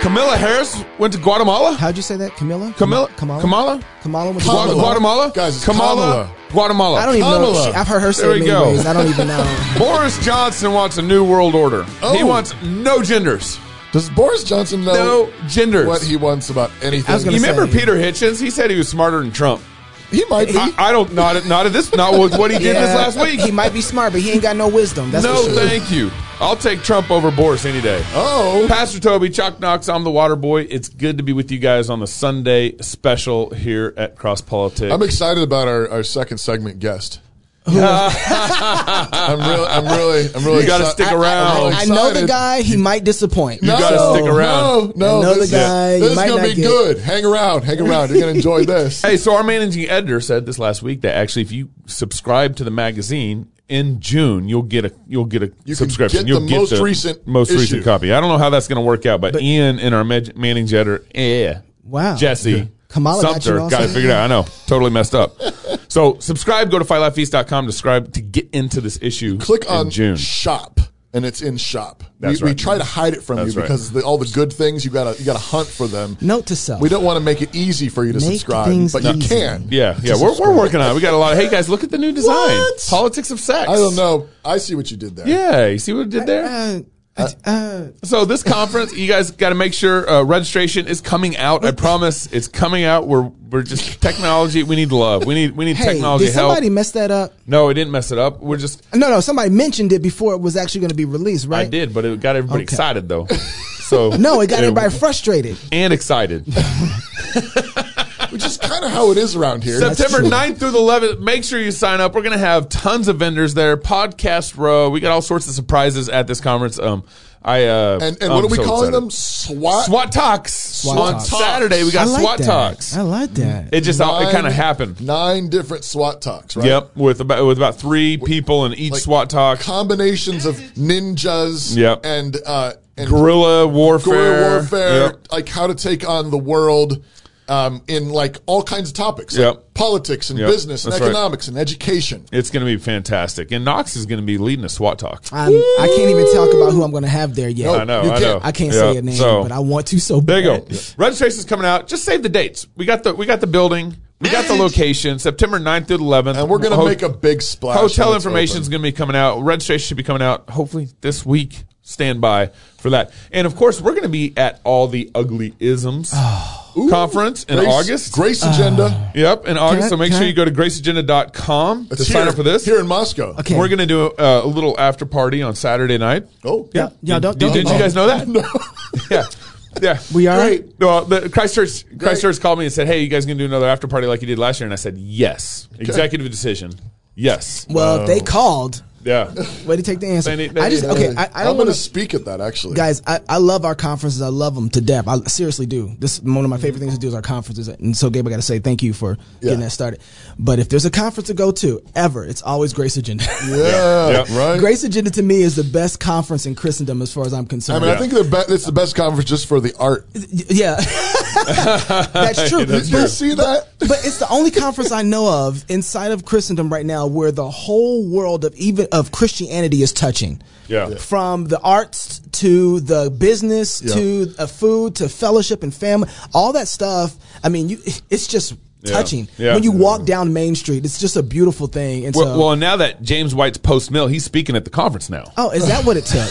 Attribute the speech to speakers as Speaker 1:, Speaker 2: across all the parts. Speaker 1: Camilla Harris went to Guatemala.
Speaker 2: How'd you say that, Camilla?
Speaker 1: Camilla,
Speaker 2: Kamala,
Speaker 1: Kamala,
Speaker 2: Kamala. went to
Speaker 1: Gua-
Speaker 2: Guatemala.
Speaker 1: Guatemala,
Speaker 3: Guys, it's
Speaker 1: Kamala,
Speaker 3: Kamala.
Speaker 1: Guatemala.
Speaker 2: I don't even know.
Speaker 3: Kamala.
Speaker 2: She, I've heard her say
Speaker 1: There
Speaker 2: it
Speaker 1: we
Speaker 2: many
Speaker 1: go.
Speaker 2: ways. I don't even know.
Speaker 1: Boris Johnson wants a new world order. He
Speaker 3: Oh.
Speaker 1: wants no genders,
Speaker 3: Does Boris Johnson know
Speaker 1: no genders.
Speaker 3: what he wants about anything?
Speaker 2: I was
Speaker 1: you
Speaker 2: gonna
Speaker 1: remember
Speaker 2: say-
Speaker 1: Peter Hitchens? He said he was smarter than Trump.
Speaker 3: he might be.
Speaker 1: I, I don't not at- not at this not with what he did
Speaker 2: Yeah,
Speaker 1: this last week.
Speaker 2: He might be smart, but he ain't got no wisdom. That's
Speaker 1: no,
Speaker 2: for sure.
Speaker 1: thank you. I'll take Trump over Boris any day.
Speaker 3: oh,
Speaker 1: Pastor Toby, Chuck Knox, I'm the Water Boy. It's good to be with you guys on the Sunday special here at Cross Politics.
Speaker 3: I'm excited about our, our second segment guest. I'm really, I'm really, I'm really.
Speaker 1: You gotta
Speaker 3: exci-
Speaker 1: stick
Speaker 3: I- I'm
Speaker 1: around.
Speaker 3: really
Speaker 2: I know the
Speaker 3: excited.
Speaker 2: guy. He might disappoint.
Speaker 1: You gotta stick around.
Speaker 3: No, no,
Speaker 2: Another
Speaker 3: this,
Speaker 2: guy you
Speaker 3: this is
Speaker 2: might
Speaker 3: gonna
Speaker 2: not
Speaker 3: be
Speaker 2: get.
Speaker 3: good. Hang around, hang around. You're gonna enjoy this.
Speaker 1: Hey, so our managing editor said this last week that actually, if you subscribe to the magazine in June, you'll get a you'll get a
Speaker 3: You can
Speaker 1: subscription.
Speaker 3: get
Speaker 1: you'll
Speaker 3: the most recent
Speaker 1: most recent
Speaker 3: issue.
Speaker 1: copy. I don't know how that's going to work out, but, Ian and our mag- managing editor, eh,
Speaker 2: Wow.
Speaker 1: Jesse.
Speaker 2: Kamala got
Speaker 1: Sumter
Speaker 2: you all
Speaker 1: got it
Speaker 2: set.
Speaker 1: figured out. I know. Totally messed up. so subscribe, go to fightlifeeast.com, subscribe to get into this issue.
Speaker 3: Click
Speaker 1: in
Speaker 3: on
Speaker 1: June.
Speaker 3: shop, and it's in shop.
Speaker 1: That's
Speaker 3: we, we
Speaker 1: right.
Speaker 3: try to hide it from
Speaker 1: That's
Speaker 3: you
Speaker 1: right.
Speaker 3: because the, all the good things you gotta you gotta hunt for them.
Speaker 2: Note to self.
Speaker 3: We don't want to make it easy for you to
Speaker 2: Make
Speaker 3: subscribe,
Speaker 2: things
Speaker 3: but you
Speaker 2: easy.
Speaker 3: can.
Speaker 1: Yeah, yeah, we're, we're working on it. We got a lot of. Hey guys, look at the new design.
Speaker 2: What?
Speaker 1: Politics of sex.
Speaker 3: I don't know. I see what you did there.
Speaker 1: Yeah, you see what it did there?
Speaker 2: Uh, uh,
Speaker 1: So this conference, you guys got to make sure uh, registration is coming out. I promise, it's coming out. We're we're just technology. We need love. We need we need
Speaker 2: hey,
Speaker 1: technology
Speaker 2: did
Speaker 1: help.
Speaker 2: somebody mess that up?
Speaker 1: no, it didn't mess it up. We're just.
Speaker 2: No, no. Somebody mentioned it before it was actually going to be released, right?
Speaker 1: I did, but it got everybody
Speaker 2: Okay.
Speaker 1: excited though. So
Speaker 2: No, it got everybody frustrated.
Speaker 1: and excited.
Speaker 3: Which is kind of how it is around here.
Speaker 1: September
Speaker 2: true.
Speaker 1: 9th through the 11th. Make sure you sign up. We're going to have tons of vendors there. Podcast row. We got all sorts of surprises at this conference. Um, I uh,
Speaker 3: And,
Speaker 1: I'm
Speaker 3: and what are we
Speaker 1: so
Speaker 3: calling
Speaker 1: excited.
Speaker 3: them? SWAT.
Speaker 1: SWAT talks on
Speaker 2: talks.
Speaker 1: Saturday. We got
Speaker 2: I like
Speaker 1: SWAT
Speaker 2: that.
Speaker 1: talks. Mm-hmm.
Speaker 2: I like that.
Speaker 1: It just all it
Speaker 3: Nine-
Speaker 1: kind of happened.
Speaker 3: Nine different SWAT talks, right?
Speaker 1: Yep, with about with about three people in each
Speaker 3: Like,
Speaker 1: SWAT talk,
Speaker 3: Combinations of ninjas
Speaker 1: Yep.
Speaker 3: and uh and
Speaker 1: guerrilla warfare,
Speaker 3: guerrilla warfare,
Speaker 1: Yep.
Speaker 3: like how to take on the world um, in like all kinds of topics, like
Speaker 1: Yep.
Speaker 3: politics and
Speaker 1: Yep,
Speaker 3: business and
Speaker 1: that's right.
Speaker 3: economics and education.
Speaker 1: It's going to be fantastic, and Knox is going to be leading a SWAT talk.
Speaker 2: I'm, I can't even talk about who I'm going to have there yet.
Speaker 1: I know,
Speaker 3: you
Speaker 1: I
Speaker 3: can't-
Speaker 1: know.
Speaker 2: I can't
Speaker 1: Yeah,
Speaker 2: say your name,
Speaker 1: so-
Speaker 2: but I want to so
Speaker 1: There
Speaker 2: bad.
Speaker 1: you go. Registration's coming out. Just save the dates. We got the we got the building. We got the location. September 9th through the 11th.
Speaker 3: And we're gonna
Speaker 1: Ho-
Speaker 3: make a big splash.
Speaker 1: hotel
Speaker 3: when it's
Speaker 1: information is
Speaker 3: open.
Speaker 1: going to be coming out. Registration should be coming out hopefully this week. Stand by for that. And of course, we're going to be at all the Ugly Isms conference in
Speaker 3: Grace,
Speaker 1: August.
Speaker 3: Grace agenda.
Speaker 1: Yep, in August.
Speaker 2: I-
Speaker 1: so make
Speaker 2: can
Speaker 1: sure
Speaker 2: I-
Speaker 1: you go to graceagenda.com to
Speaker 3: It's
Speaker 1: sign
Speaker 3: here-
Speaker 1: up for this.
Speaker 3: here in Moscow.
Speaker 2: Okay.
Speaker 1: We're going to do uh, a, a little after party on Saturday night.
Speaker 3: Oh
Speaker 2: Yeah, yeah. Don't,
Speaker 1: Did,
Speaker 2: don't
Speaker 1: did you guys know that?
Speaker 3: No.
Speaker 1: Yeah. Yeah.
Speaker 2: We are.
Speaker 3: Great.
Speaker 1: No, the Christchurch Christchurch called me and said, "Hey, you guys going to do another after party like you did last year?" And I said, "Yes." Executive decision. Yes.
Speaker 2: Well, if they called.
Speaker 1: Yeah.
Speaker 2: Way to take the answer.
Speaker 1: They need- they
Speaker 2: I just
Speaker 1: need-
Speaker 2: okay. I, I
Speaker 3: am
Speaker 2: don't
Speaker 3: going
Speaker 2: want
Speaker 3: to
Speaker 2: to.
Speaker 3: speak at that actually.
Speaker 2: Guys, I, I love our conferences. I love them to death. I seriously do. This is one of my favorite things to do is our conferences. And so, Gabe, I got to say thank you for getting
Speaker 3: Yeah.
Speaker 2: that started. But if there's a conference to go to ever, it's always Grace Agenda.
Speaker 3: yeah,
Speaker 1: Yeah.
Speaker 3: right.
Speaker 2: Grace Agenda to me is the best conference in Christendom as far as I'm
Speaker 3: I
Speaker 2: concerned.
Speaker 3: mean, I think they're be- it's the best conference just for the art.
Speaker 2: Y- yeah, that's true.
Speaker 3: Did you see that?
Speaker 2: but it's the only conference I know of inside of Christendom right now where the whole world of even of Christianity is touching.
Speaker 1: Yeah. Yeah.
Speaker 2: From the arts to the business
Speaker 3: Yeah.
Speaker 2: to uh, food to fellowship and family, all that stuff. I mean, you it's just touching.
Speaker 1: Yeah.
Speaker 2: When you walk down Main Street, it's just a beautiful thing. And
Speaker 1: Well,
Speaker 2: so,
Speaker 1: well, now that James White's post mill, he's speaking at the conference now.
Speaker 2: oh, is that what it took?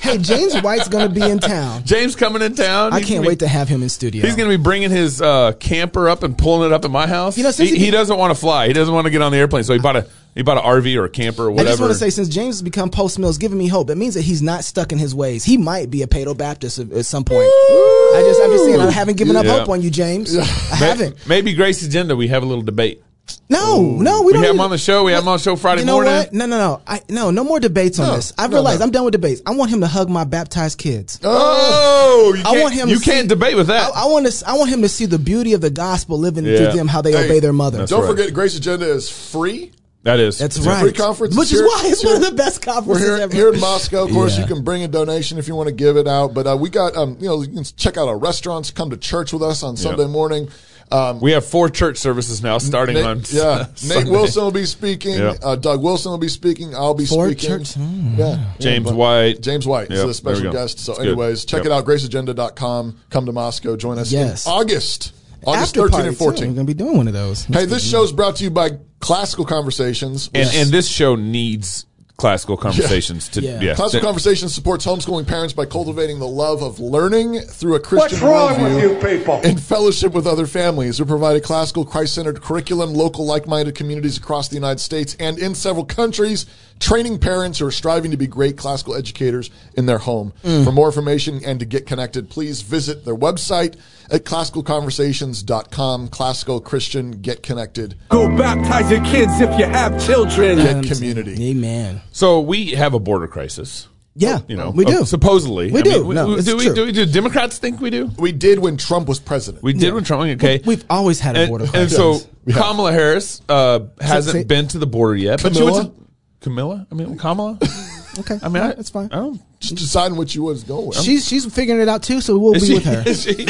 Speaker 2: hey, James White's going to be in town.
Speaker 1: James coming in town.
Speaker 2: I
Speaker 1: He's
Speaker 2: can't
Speaker 1: gonna be-
Speaker 2: wait to have him in studio.
Speaker 1: He's going to be bringing his uh, camper up and pulling it up at my house.
Speaker 2: You know,
Speaker 1: he,
Speaker 2: since
Speaker 1: he,
Speaker 2: he-
Speaker 1: doesn't want to fly. He doesn't want to get on the airplane, so he bought a he bought an RV or a camper or whatever.
Speaker 2: I just want to say, since James has become post Mills, giving me hope. It means that he's not stuck in his ways. He might be a Pado Baptist at, at some point. I just, I'm just saying, I haven't given up
Speaker 1: Yeah.
Speaker 2: hope on you, James. I
Speaker 1: May-
Speaker 2: haven't.
Speaker 1: Maybe Grace agenda. We have a little debate.
Speaker 2: No, no, we
Speaker 1: We have
Speaker 2: don't. need
Speaker 1: him
Speaker 2: to-
Speaker 1: on the show. We have him on the show Friday
Speaker 2: you know
Speaker 1: morning.
Speaker 2: What? No, no, no. I, no, no more debates on
Speaker 3: No,
Speaker 2: this. I've
Speaker 3: no,
Speaker 2: realized
Speaker 3: no. Uh.
Speaker 2: I'm done with debates. I want him to hug my baptized kids.
Speaker 1: Oh, you
Speaker 2: I
Speaker 1: can't-
Speaker 2: want him
Speaker 1: You
Speaker 2: to see-
Speaker 1: can't debate with
Speaker 2: I,
Speaker 1: that.
Speaker 2: I want to. I want him to see the beauty of the gospel living
Speaker 1: Yeah.
Speaker 2: through them, how they
Speaker 3: Hey,
Speaker 2: obey their mother.
Speaker 3: Don't
Speaker 1: right.
Speaker 3: forget, Grace Agenda is free.
Speaker 1: that is.
Speaker 2: That's
Speaker 1: Yeah.
Speaker 2: right.
Speaker 3: free conference.
Speaker 2: which is
Speaker 3: Here-
Speaker 2: why it's
Speaker 3: here-
Speaker 2: one of the best
Speaker 3: We're
Speaker 2: conferences
Speaker 3: here,
Speaker 2: ever.
Speaker 3: here in Moscow. Of course,
Speaker 2: Yeah.
Speaker 3: you can bring a donation if you want to give it out. But uh, we got, um, you know, you can check out our restaurants. Come to church with us on Sunday morning. Um,
Speaker 1: We have four church services now starting
Speaker 3: Nate,
Speaker 1: on
Speaker 3: yeah, Nate
Speaker 1: Sunday.
Speaker 3: Wilson will be speaking.
Speaker 1: Yeah.
Speaker 3: Uh, Doug Wilson will be speaking. I'll be
Speaker 2: Four
Speaker 3: speaking.
Speaker 2: church- hmm.
Speaker 3: Yeah.
Speaker 1: James
Speaker 3: Yeah, but-
Speaker 1: White.
Speaker 3: James White
Speaker 1: Yep,
Speaker 3: is
Speaker 1: there
Speaker 3: a
Speaker 1: we
Speaker 3: special
Speaker 1: go.
Speaker 3: guest. So,
Speaker 1: It's good.
Speaker 3: anyways, check
Speaker 1: Yep.
Speaker 3: it out. GraceAgenda.com. Come to Moscow. Join us
Speaker 2: Yes.
Speaker 3: in August. August 13 and 14.
Speaker 2: We're gonna be doing one of those.
Speaker 3: Hey, this show is brought to you by Classical Conversations.
Speaker 1: And
Speaker 3: which-
Speaker 1: and this show needs classical conversations to
Speaker 2: Yeah.
Speaker 1: yeah.
Speaker 3: Classical Conversations supports homeschooling parents by cultivating the love of learning through a Christian
Speaker 4: What's wrong
Speaker 3: worldview
Speaker 4: with you people?
Speaker 3: and fellowship with other families. We provide a classical, Christ-centered curriculum, local like-minded communities across the United States and in several countries, training parents who are striving to be great classical educators in their home.
Speaker 1: Mm.
Speaker 3: For more information and to get connected, please visit their website at classicalconversations.com, classical Christian Get Connected
Speaker 4: Go baptize your kids if you have children.
Speaker 3: Get Community.
Speaker 2: Amen.
Speaker 1: So we have a border crisis.
Speaker 2: Yeah,
Speaker 1: You know,
Speaker 2: we do.
Speaker 1: uh, supposedly
Speaker 2: We do. No, it's
Speaker 1: do we
Speaker 2: true.
Speaker 1: do we do Democrats think we do?
Speaker 3: We did when Trump was president.
Speaker 1: We did when Trump. Okay,
Speaker 2: We've always had a
Speaker 1: and,
Speaker 2: border
Speaker 1: and
Speaker 2: crisis.
Speaker 1: so Kamala Harris uh, hasn't
Speaker 2: say-
Speaker 1: been to the border yet. But she
Speaker 3: Camilla?
Speaker 1: went to, Camilla. I mean Kamala.
Speaker 2: okay,
Speaker 1: I mean I,
Speaker 2: that's fine.
Speaker 1: I don't.
Speaker 3: Just deciding what you was going.
Speaker 2: She's she's figuring it out too, so we'll be with her.
Speaker 1: she-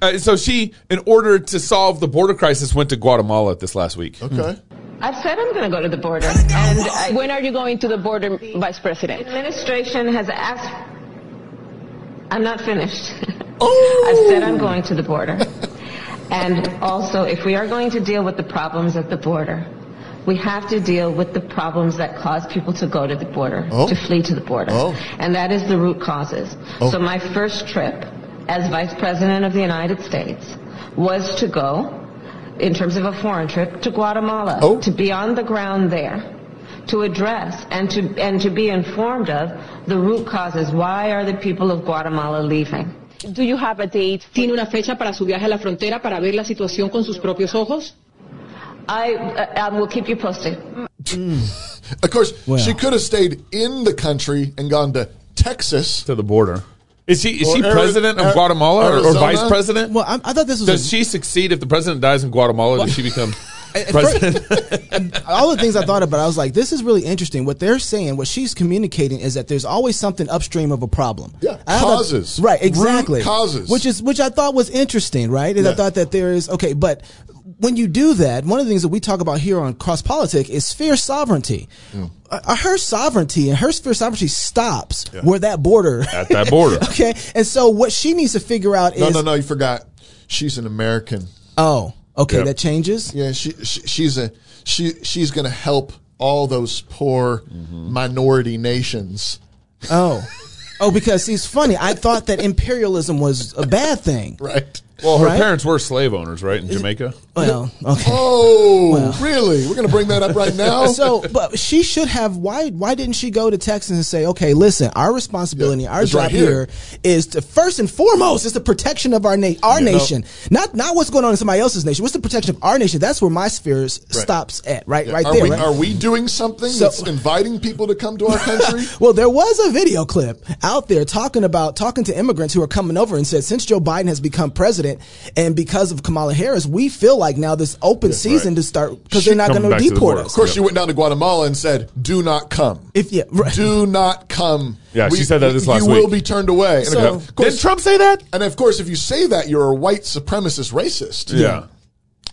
Speaker 1: Uh, so she, in order to solve the border crisis, went to Guatemala this last week.
Speaker 3: okay.
Speaker 5: I've said I'm going to go to the border. And I, when are you going to the border, Vice President? Administration has asked. I'm not finished. I've said I'm going to the border. and also, if we are going to deal with the problems at the border, we have to deal with the problems that cause people to go to the border,
Speaker 3: Oh.
Speaker 5: to flee to the border.
Speaker 3: Oh.
Speaker 5: And that is the root causes.
Speaker 3: Oh.
Speaker 5: So my first trip as Vice President of the United States was to go, in terms of a foreign trip, to Guatemala
Speaker 3: Oh.
Speaker 5: to be on the ground there to address and to and to be informed of the root causes. Why are the people of Guatemala leaving?
Speaker 6: Do you have a date? ¿Tiene una fecha para su viaje a la frontera para ver la situación con sus propios ojos?
Speaker 5: I, uh, I will keep you posted.
Speaker 3: Of course,
Speaker 2: Well.
Speaker 3: she could have stayed in the country and gone to Texas.
Speaker 1: To the border. Is she is
Speaker 3: Or
Speaker 1: she
Speaker 3: Ari-
Speaker 1: president
Speaker 3: Ar-
Speaker 1: of Guatemala or, or
Speaker 3: Arizona?
Speaker 1: vice president?
Speaker 2: well, I, I thought this was
Speaker 1: Does
Speaker 2: a-
Speaker 1: she succeed if the president dies in Guatemala? Does she become
Speaker 2: at
Speaker 1: president?
Speaker 2: all the things I thought about, I was like, this is really interesting. What they're saying, what she's communicating, is that there's always something upstream of a problem.
Speaker 3: Yeah,
Speaker 2: I thought-
Speaker 3: causes.
Speaker 2: right?
Speaker 3: Root
Speaker 2: Exactly.
Speaker 3: causes.
Speaker 2: Which is which I thought was interesting, right? And I
Speaker 3: Yeah.
Speaker 2: thought that there is okay, but when you do that, one of the things that we talk about here on Cross Politic is sphere sovereignty.
Speaker 1: Mm.
Speaker 2: Uh, her sovereignty and her sphere sovereignty stops where that border.
Speaker 1: At that border.
Speaker 2: okay, and so what she needs to figure out
Speaker 3: No,
Speaker 2: is
Speaker 3: no, no, you forgot. She's an American.
Speaker 2: oh, okay,
Speaker 1: Yep.
Speaker 2: that changes.
Speaker 3: Yeah, she, she she's a she she's going to help all those poor
Speaker 2: Mm-hmm.
Speaker 3: minority nations.
Speaker 2: Oh. Oh, because see, it's funny. I thought that imperialism was a bad thing.
Speaker 3: Right.
Speaker 1: Well, her
Speaker 2: Right?
Speaker 1: parents were slave owners, right, in Jamaica.
Speaker 2: Well, okay.
Speaker 3: Oh, really? We're going to bring that up right now.
Speaker 2: So, but she should have. Why? Why didn't she go to Texas and say, "Okay, listen, our responsibility,
Speaker 3: Yeah,
Speaker 2: our
Speaker 3: it's
Speaker 2: job
Speaker 3: right
Speaker 2: here
Speaker 3: here."
Speaker 2: is to first and foremost is the protection of our na- our nation, not not what's going on in somebody else's nation. What's the protection of our nation? That's where my sphere s-
Speaker 3: Right.
Speaker 2: stops at. Right, right
Speaker 3: are
Speaker 2: there.
Speaker 3: we
Speaker 2: right?
Speaker 3: are we doing something
Speaker 2: So-
Speaker 3: that's inviting people to come to our country?
Speaker 2: Well, there was a video clip out there talking about talking to immigrants who are coming over and said, since Joe Biden has become president and because of Kamala Harris, we feel like now this open season
Speaker 1: right.
Speaker 2: to start because they're not
Speaker 1: Coming
Speaker 2: going to
Speaker 1: back to the
Speaker 2: deport
Speaker 1: border.
Speaker 3: of
Speaker 2: us.
Speaker 3: course, she went down to Guatemala and said, "Do not come."
Speaker 2: If yeah, right.
Speaker 3: Do not come.
Speaker 1: Yeah, she said that this last
Speaker 3: You will
Speaker 1: week.
Speaker 3: be turned away. And
Speaker 2: So-
Speaker 3: of course-
Speaker 1: Did Trump say that?
Speaker 3: And of course, if you say that, you're a white supremacist racist.
Speaker 1: Yeah.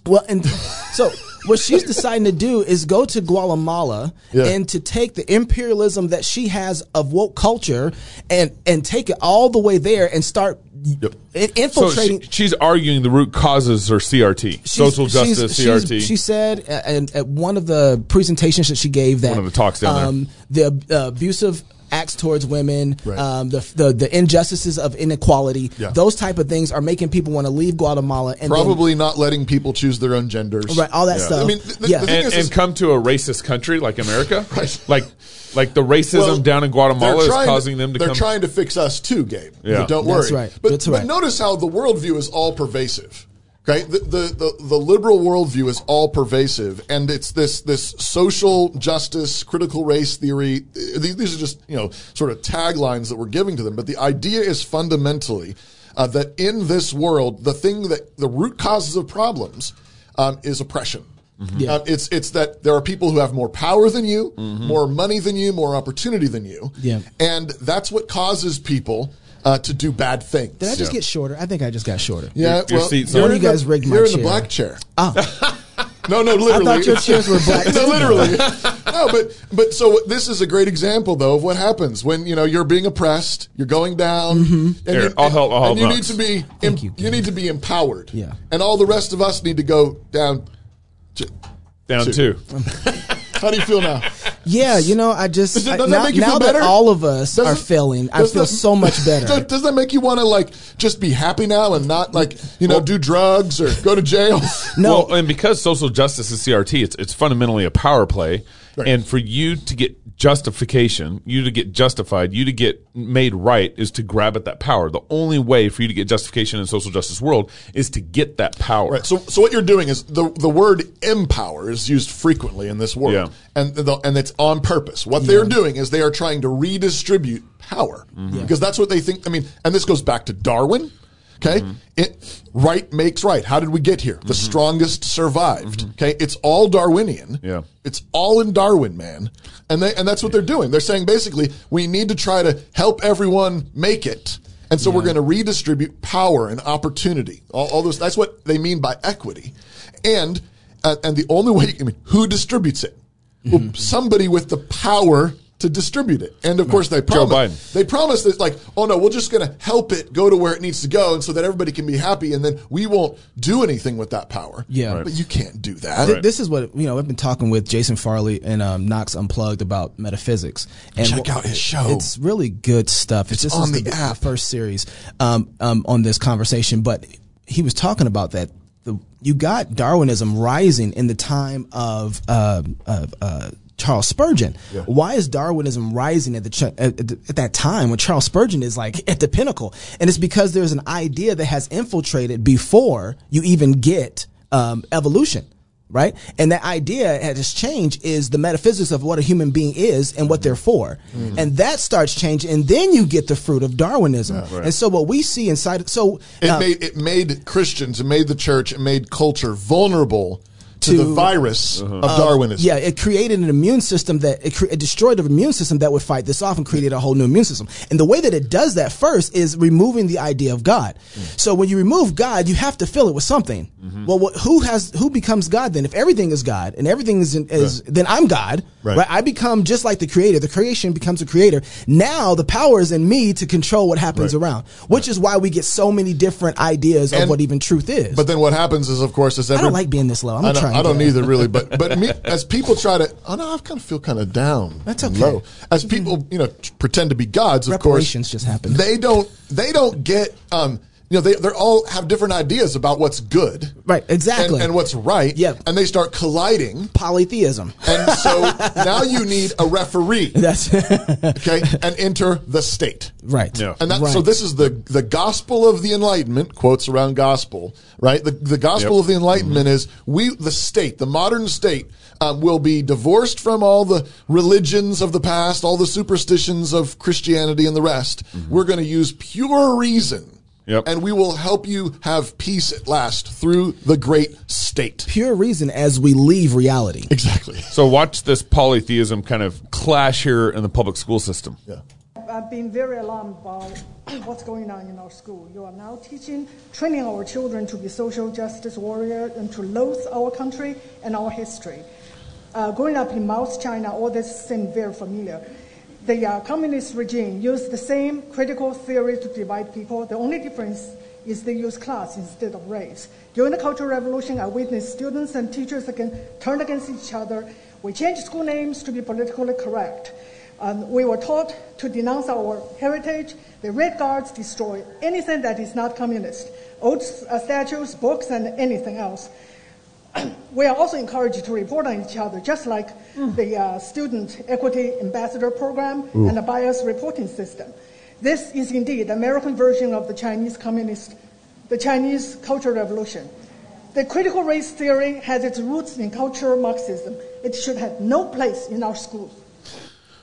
Speaker 2: Well, and so what she's deciding to do is go to Guatemala
Speaker 3: Yeah.
Speaker 2: and to take the imperialism that she has of woke culture and and take it all the way there and start i-
Speaker 1: So she,
Speaker 2: infiltrating.
Speaker 1: she's arguing the root causes are CRT,
Speaker 2: She's-
Speaker 1: social justice,
Speaker 2: she's-
Speaker 1: CRT.
Speaker 2: she said uh, and at one of the presentations that she gave that
Speaker 1: One of the talks down there.
Speaker 2: the uh, abusive acts towards women,
Speaker 3: Right.
Speaker 2: um, the, the the injustices of inequality,
Speaker 3: Yeah.
Speaker 2: those type of things are making people want to leave Guatemala and then-
Speaker 3: Probably not letting people choose their own genders.
Speaker 2: right, all that
Speaker 1: Yeah.
Speaker 2: stuff.
Speaker 3: I mean, th- th-
Speaker 2: yeah.
Speaker 3: the thing
Speaker 1: and,
Speaker 3: is-
Speaker 1: and come to a racist country like America,
Speaker 3: Right.
Speaker 1: like like the racism
Speaker 3: Well,
Speaker 1: down in Guatemala
Speaker 3: they're
Speaker 1: is
Speaker 3: trying
Speaker 1: causing them to
Speaker 3: They're
Speaker 1: come.
Speaker 3: trying to fix us too, Gabe.
Speaker 1: Yeah.
Speaker 3: So don't worry.
Speaker 2: That's right.
Speaker 3: But,
Speaker 2: That's
Speaker 3: but
Speaker 2: right.
Speaker 3: notice how the worldview is all pervasive. Okay, the, the, the, the liberal worldview is all pervasive, and it's this this social justice, critical race theory. th- These, these are just you know sort of taglines that we're giving to them, but the idea is fundamentally uh, that in this world, the thing that the root causes of problems um, is oppression.
Speaker 2: Mm-hmm.
Speaker 3: Um, it's it's that there are people who have more power than you, more money than you, more opportunity than you,
Speaker 2: Mm-hmm. Yeah.
Speaker 3: and that's what causes people uh, to do bad things.
Speaker 2: Did I just get shorter? I think I just got shorter.
Speaker 3: Yeah,
Speaker 1: Your- your
Speaker 3: well,
Speaker 1: seats
Speaker 3: you're
Speaker 1: are-
Speaker 3: in
Speaker 2: You
Speaker 3: the-
Speaker 2: guys rigged my
Speaker 3: You're in the
Speaker 2: chair.
Speaker 3: black chair.
Speaker 2: Ah,
Speaker 3: No, no, literally.
Speaker 2: thought your chairs were black.
Speaker 3: no, literally. No, but but so this is a great example though of what happens when you know you're being oppressed, you're going down, and,
Speaker 1: Here,
Speaker 3: you,
Speaker 1: I'll help- I'll help
Speaker 3: and you
Speaker 1: Knox.
Speaker 3: need to be em-
Speaker 2: Mm-hmm. Thank
Speaker 3: you,
Speaker 2: you,
Speaker 3: need to be empowered.
Speaker 2: Yeah.
Speaker 3: and all the rest of us need to go down. to-
Speaker 1: Down
Speaker 3: Two.
Speaker 1: two.
Speaker 3: How do you feel now?
Speaker 2: yeah. You know, I just
Speaker 3: Does it-
Speaker 2: I-
Speaker 3: does that
Speaker 2: now,
Speaker 3: make you
Speaker 2: now
Speaker 3: feel
Speaker 2: that
Speaker 3: better?
Speaker 2: all of us
Speaker 3: Does
Speaker 2: are
Speaker 3: it-
Speaker 2: failing, I
Speaker 3: does
Speaker 2: feel
Speaker 3: that-
Speaker 2: so much
Speaker 3: Does,
Speaker 2: better.
Speaker 3: does that make you want to like just be happy now and not like you know do drugs or go to jail?
Speaker 2: No,
Speaker 1: Well, and because social justice is CRT, it's it's fundamentally a power play.
Speaker 3: Right.
Speaker 1: And for you to get justification, you to get justified, you to get made right is to grab at that power. The only way for you to get justification in social justice world is to get that power.
Speaker 3: Right. So, so what you're doing is the the word empower is used frequently in this world,
Speaker 1: Yeah.
Speaker 3: and the, and it's on purpose. What they're doing is they are trying to redistribute power because that's what they think. I mean, and this goes back to Darwin. Okay,
Speaker 1: Mm-hmm.
Speaker 3: it right makes right. How did we get here? The strongest survived. Okay, it's all Darwinian.
Speaker 1: Mm-hmm. Yeah.
Speaker 3: it's all in Darwin, man. And they and that's what they're doing. They're saying basically we need to try to help everyone make it. And so we're going to redistribute power and opportunity. All, all those. That's what they mean by equity. And uh, and the only way you can, who distributes it? Well,
Speaker 2: Mm-hmm.
Speaker 3: somebody with the power to distribute it. And of course they promise
Speaker 1: Biden.
Speaker 3: they promise that like, oh no, we're just going to help it go to where it needs to go, and so that everybody can be happy, and then we won't do anything with that power.
Speaker 2: Yeah. Right.
Speaker 3: but you can't do that.
Speaker 2: Th- This is what you know. I've been talking with Jason Farley and um, Knox Unplugged about metaphysics. And
Speaker 3: Check
Speaker 2: wh-
Speaker 3: out his show.
Speaker 2: It's really good stuff. It's, just
Speaker 3: on
Speaker 2: the,
Speaker 3: the
Speaker 2: the
Speaker 3: app.
Speaker 2: first series um, um, on this conversation, but he was talking about that. The, you got Darwinism rising in the time of uh, of uh, Charles Spurgeon. Why is Darwinism rising at the ch- at, at the- at that time when Charles Spurgeon is like at the pinnacle? And it's because there's an idea that has infiltrated before you even get um, evolution right? And that idea has changed is the metaphysics of what a human being is and what they're for. And that starts changing and then you get the fruit of Darwinism. And so what we see inside so
Speaker 3: It
Speaker 2: uh,
Speaker 3: made it made Christians, it made the church, it made culture vulnerable to, the
Speaker 2: To- Uh,
Speaker 3: virus of Darwinism.
Speaker 2: yeah, it created an immune system that it, cre- it destroyed the immune system that would fight this off and created a whole new immune system. And the way that it does that first is removing the idea of God.
Speaker 3: Mm.
Speaker 2: So when you remove God, you have to fill it with something.
Speaker 3: Mm-hmm.
Speaker 2: Well, what, who has who becomes God then? If everything is God and everything is, in, is then I'm God,
Speaker 3: Right.
Speaker 2: right. I become just like the creator. The creation becomes a creator. Now the power is in me to control what happens
Speaker 3: Right.
Speaker 2: around, which is why we get so many different ideas
Speaker 3: And-
Speaker 2: of what even truth is.
Speaker 3: But then what happens is, of course, is
Speaker 2: I
Speaker 3: every,
Speaker 2: don't like being this low. I'm
Speaker 3: I
Speaker 2: not
Speaker 3: don't,
Speaker 2: trying.
Speaker 3: I don't
Speaker 2: to-
Speaker 3: either, really. But but me, as people try to, oh, I know I kind of feel kind of down.
Speaker 2: That's
Speaker 3: and
Speaker 2: okay. Mm-hmm.
Speaker 3: Low. As people, you know, t- pretend to be gods. Of
Speaker 2: Reparations
Speaker 3: course,
Speaker 2: just happened.
Speaker 3: They don't. They don't get. Um, you know, they they all have different ideas about what's good,
Speaker 2: Right, exactly.
Speaker 3: and, and what's right.
Speaker 2: Yep.
Speaker 3: And they start colliding,
Speaker 2: Polytheism.
Speaker 3: and so now you need a referee,
Speaker 2: That's
Speaker 3: okay, and enter the state.
Speaker 2: right.
Speaker 1: Yeah.
Speaker 3: And that,
Speaker 2: right.
Speaker 3: so this is the the gospel of the enlightenment quotes around gospel, right? The the gospel
Speaker 1: Yep. Mm-hmm.
Speaker 3: of the enlightenment is we the state, the modern state, um, will be divorced from all the religions of the past, all the superstitions of Christianity and the rest. We're going to use pure reason,
Speaker 1: Mm-hmm. Yep.
Speaker 3: and we will help you have peace at last through the great state.
Speaker 2: pure reason as we leave reality.
Speaker 3: Exactly.
Speaker 1: So watch this polytheism kind of clash here in the public school system.
Speaker 3: Yeah.
Speaker 7: I've been very alarmed by what's going on in our school. You are now teaching, training our children to be social justice warriors and to loathe our country and our history. Uh, growing up in Mao's China, all this seemed very familiar. The uh, communist regime used the same critical theory to divide people. The only difference is they use class instead of race. During the Cultural Revolution, I witnessed students and teachers again, turned against each other. We changed school names to be politically correct. Um, we were taught to denounce our heritage. The Red Guards destroy anything that is not communist, old uh, statues, books, and anything else. we are also encouraged to report on each other, just like the uh, Student Equity Ambassador Program and the bias reporting system. This is indeed the American version of the Chinese Communist, the Chinese Cultural Revolution. The critical race theory has its roots in cultural Marxism. It should have no place in our schools.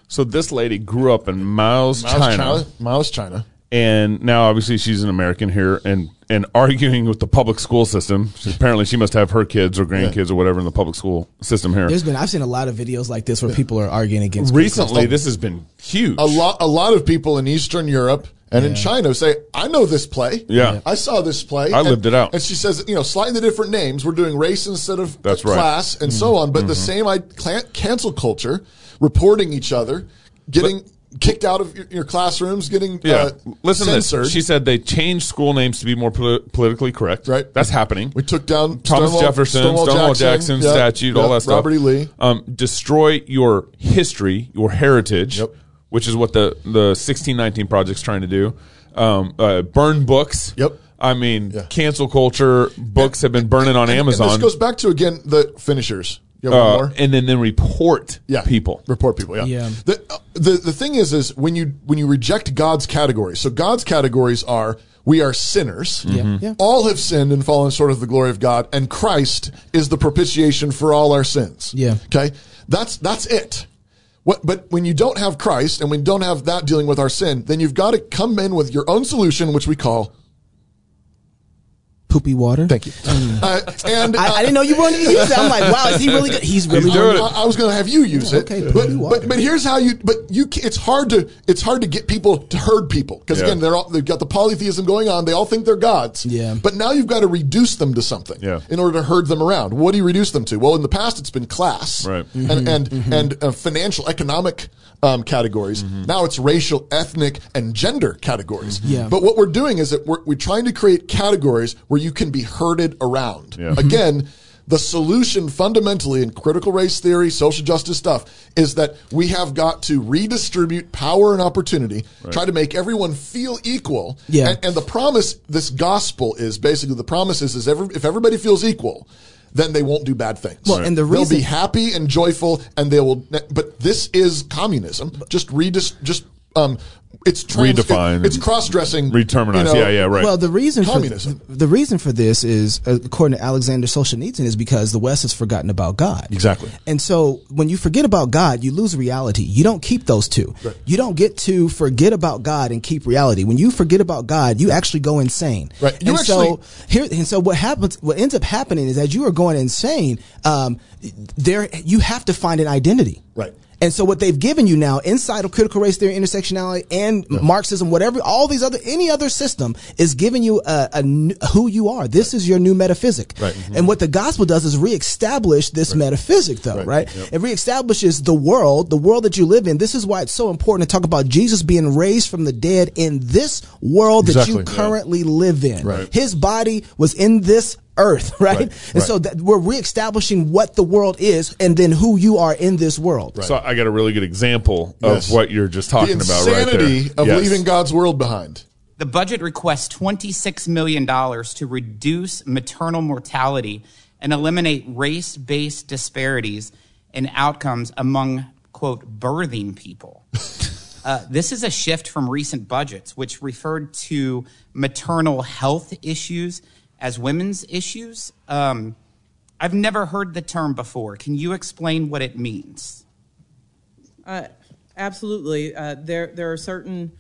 Speaker 1: So this lady grew up in Miles,
Speaker 3: Mao's
Speaker 1: China,
Speaker 3: China. Mao's China.
Speaker 1: and now obviously she's an American here, and and arguing with the public school system. She, apparently, she must have her kids or grandkids or whatever in the public school system here.
Speaker 2: There's been I've seen a lot of videos like this where people are arguing against
Speaker 1: Recently, this has been huge.
Speaker 3: a lot a lot of people in Eastern Europe And in China, say, I know this play.
Speaker 1: Yeah.
Speaker 3: I saw this play.
Speaker 1: I
Speaker 3: And-
Speaker 1: lived it out.
Speaker 3: And she says, you know, slightly different names. We're doing race instead of
Speaker 1: That's right. Mm-hmm.
Speaker 3: class and so on. But the same I, clan, cancel culture, reporting each other, getting kicked out of your, your classrooms, getting
Speaker 1: Yeah.
Speaker 3: uh,
Speaker 1: Listen to
Speaker 3: censored.
Speaker 1: this. She said they changed school names to be more poli- politically correct.
Speaker 3: Right.
Speaker 1: That's happening.
Speaker 3: We took down
Speaker 1: Thomas
Speaker 3: Stonewall-
Speaker 1: Jefferson, Stonewall,
Speaker 3: Stonewall
Speaker 1: Jackson,
Speaker 3: Jackson, yeah,
Speaker 1: statute, all
Speaker 3: yeah,
Speaker 1: that stuff.
Speaker 3: Robert E. Lee.
Speaker 1: Um, destroy your history, your heritage,
Speaker 3: Yep.
Speaker 1: which is what the, the 1619 project's trying to do. Um, uh, burn books.
Speaker 3: Yep.
Speaker 1: I mean,
Speaker 3: Yeah.
Speaker 1: cancel culture. Books have been burning on
Speaker 3: And- and
Speaker 1: Amazon.
Speaker 3: this goes back to again the finishers. You have
Speaker 1: Uh,
Speaker 3: one more?
Speaker 1: and then then report
Speaker 3: yeah,
Speaker 1: people.
Speaker 3: report people. Yeah.
Speaker 2: Yeah.
Speaker 3: The, uh, the the thing is, is when you when you reject God's categories. So God's categories are we are sinners.
Speaker 2: Yeah.
Speaker 3: All have sinned and fallen short of the glory of God, and Christ is the propitiation for all our sins.
Speaker 2: Yeah.
Speaker 3: Okay. That's that's it. What, but when you don't have Christ and we don't have that dealing with our sin, then you've got to come in with your own solution, which we call.
Speaker 2: Poopy water.
Speaker 3: Thank you. Uh, and
Speaker 2: Mm. I, I didn't know you wanted to use that. I'm like, wow, is he really good? He's really
Speaker 1: He's doing
Speaker 2: good.
Speaker 1: it.
Speaker 3: I, I was going to have you use it,
Speaker 2: okay,
Speaker 3: but,
Speaker 2: you are.
Speaker 3: but but here's how you. But you, ca- it's hard to it's hard to get people to herd people because
Speaker 1: Yeah.
Speaker 3: again they're all, they've got the polytheism going on. They all think they're gods.
Speaker 2: Yeah.
Speaker 3: But now you've got to reduce them to something.
Speaker 1: Yeah.
Speaker 3: In order to herd them around, what do you reduce them to? Well, in the past it's been class,
Speaker 1: Right.
Speaker 2: Mm-hmm.
Speaker 3: And and and uh, financial economic. Um, categories.
Speaker 2: Mm-hmm.
Speaker 3: Now it's racial, ethnic, and gender categories.
Speaker 2: Yeah.
Speaker 3: But what we're doing is that we're, we're trying to create categories where you can be herded around.
Speaker 2: Mm-hmm.
Speaker 1: Yeah.
Speaker 3: Again, the solution fundamentally in critical race theory, social justice stuff, is that we have got to redistribute power and opportunity, try to make everyone feel equal.
Speaker 2: Yeah.
Speaker 3: And, and the promise, this gospel is basically the promise is, is every, if everybody feels equal, then they won't do bad things.
Speaker 2: Well, and the
Speaker 3: they'll
Speaker 2: reason-
Speaker 3: be happy and joyful, and they will. But this is communism. Just redis, just um, it's trans-
Speaker 1: Redefine
Speaker 3: It's
Speaker 1: and
Speaker 3: cross dressing.
Speaker 1: Reterminize. yeah, yeah, right.
Speaker 2: Well, the reason
Speaker 3: Communism.
Speaker 2: for the reason for this is, uh, according to Alexander Solzhenitsyn, is because the West has forgotten about God.
Speaker 3: Exactly.
Speaker 2: And so, when you forget about God, you lose reality. You don't keep those two. You don't get to forget about God and keep reality. When you forget about God, you actually go insane.
Speaker 3: Right. You
Speaker 2: and
Speaker 3: actually-
Speaker 2: so here, and so what happens? What ends up happening is as you are going insane, um, there you have to find an identity.
Speaker 3: Right.
Speaker 2: And so what they've given you now inside of critical race theory, intersectionality, and Marxism, whatever, all these other, any other system is giving you a, a new- who you are. This is your new metaphysic.
Speaker 3: Right. Mm-hmm.
Speaker 2: And what the gospel does is reestablish this metaphysic though, right? It reestablishes the world, the world that you live in. This is why it's so important to talk about Jesus being raised from the dead in this world that
Speaker 3: Exactly,
Speaker 2: you
Speaker 3: yeah.
Speaker 2: currently live in.
Speaker 3: Right.
Speaker 2: His body was in this earth, right?
Speaker 3: Right,
Speaker 2: And so that we're reestablishing what the world is and then who you are in this world.
Speaker 1: So I got a really good example
Speaker 3: Yes.
Speaker 1: of what you're just talking
Speaker 3: the
Speaker 1: about right there.
Speaker 3: insanity of
Speaker 1: Yes.
Speaker 3: leaving God's world behind.
Speaker 8: The budget requests $26 million to reduce maternal mortality and eliminate race based disparities in outcomes among, quote, birthing people. Uh, this is a shift from recent budgets, which referred to maternal health issues as women's issues. Um, I've never heard the term before. Can you explain what it means?
Speaker 9: Uh, absolutely. Uh, there, there are certain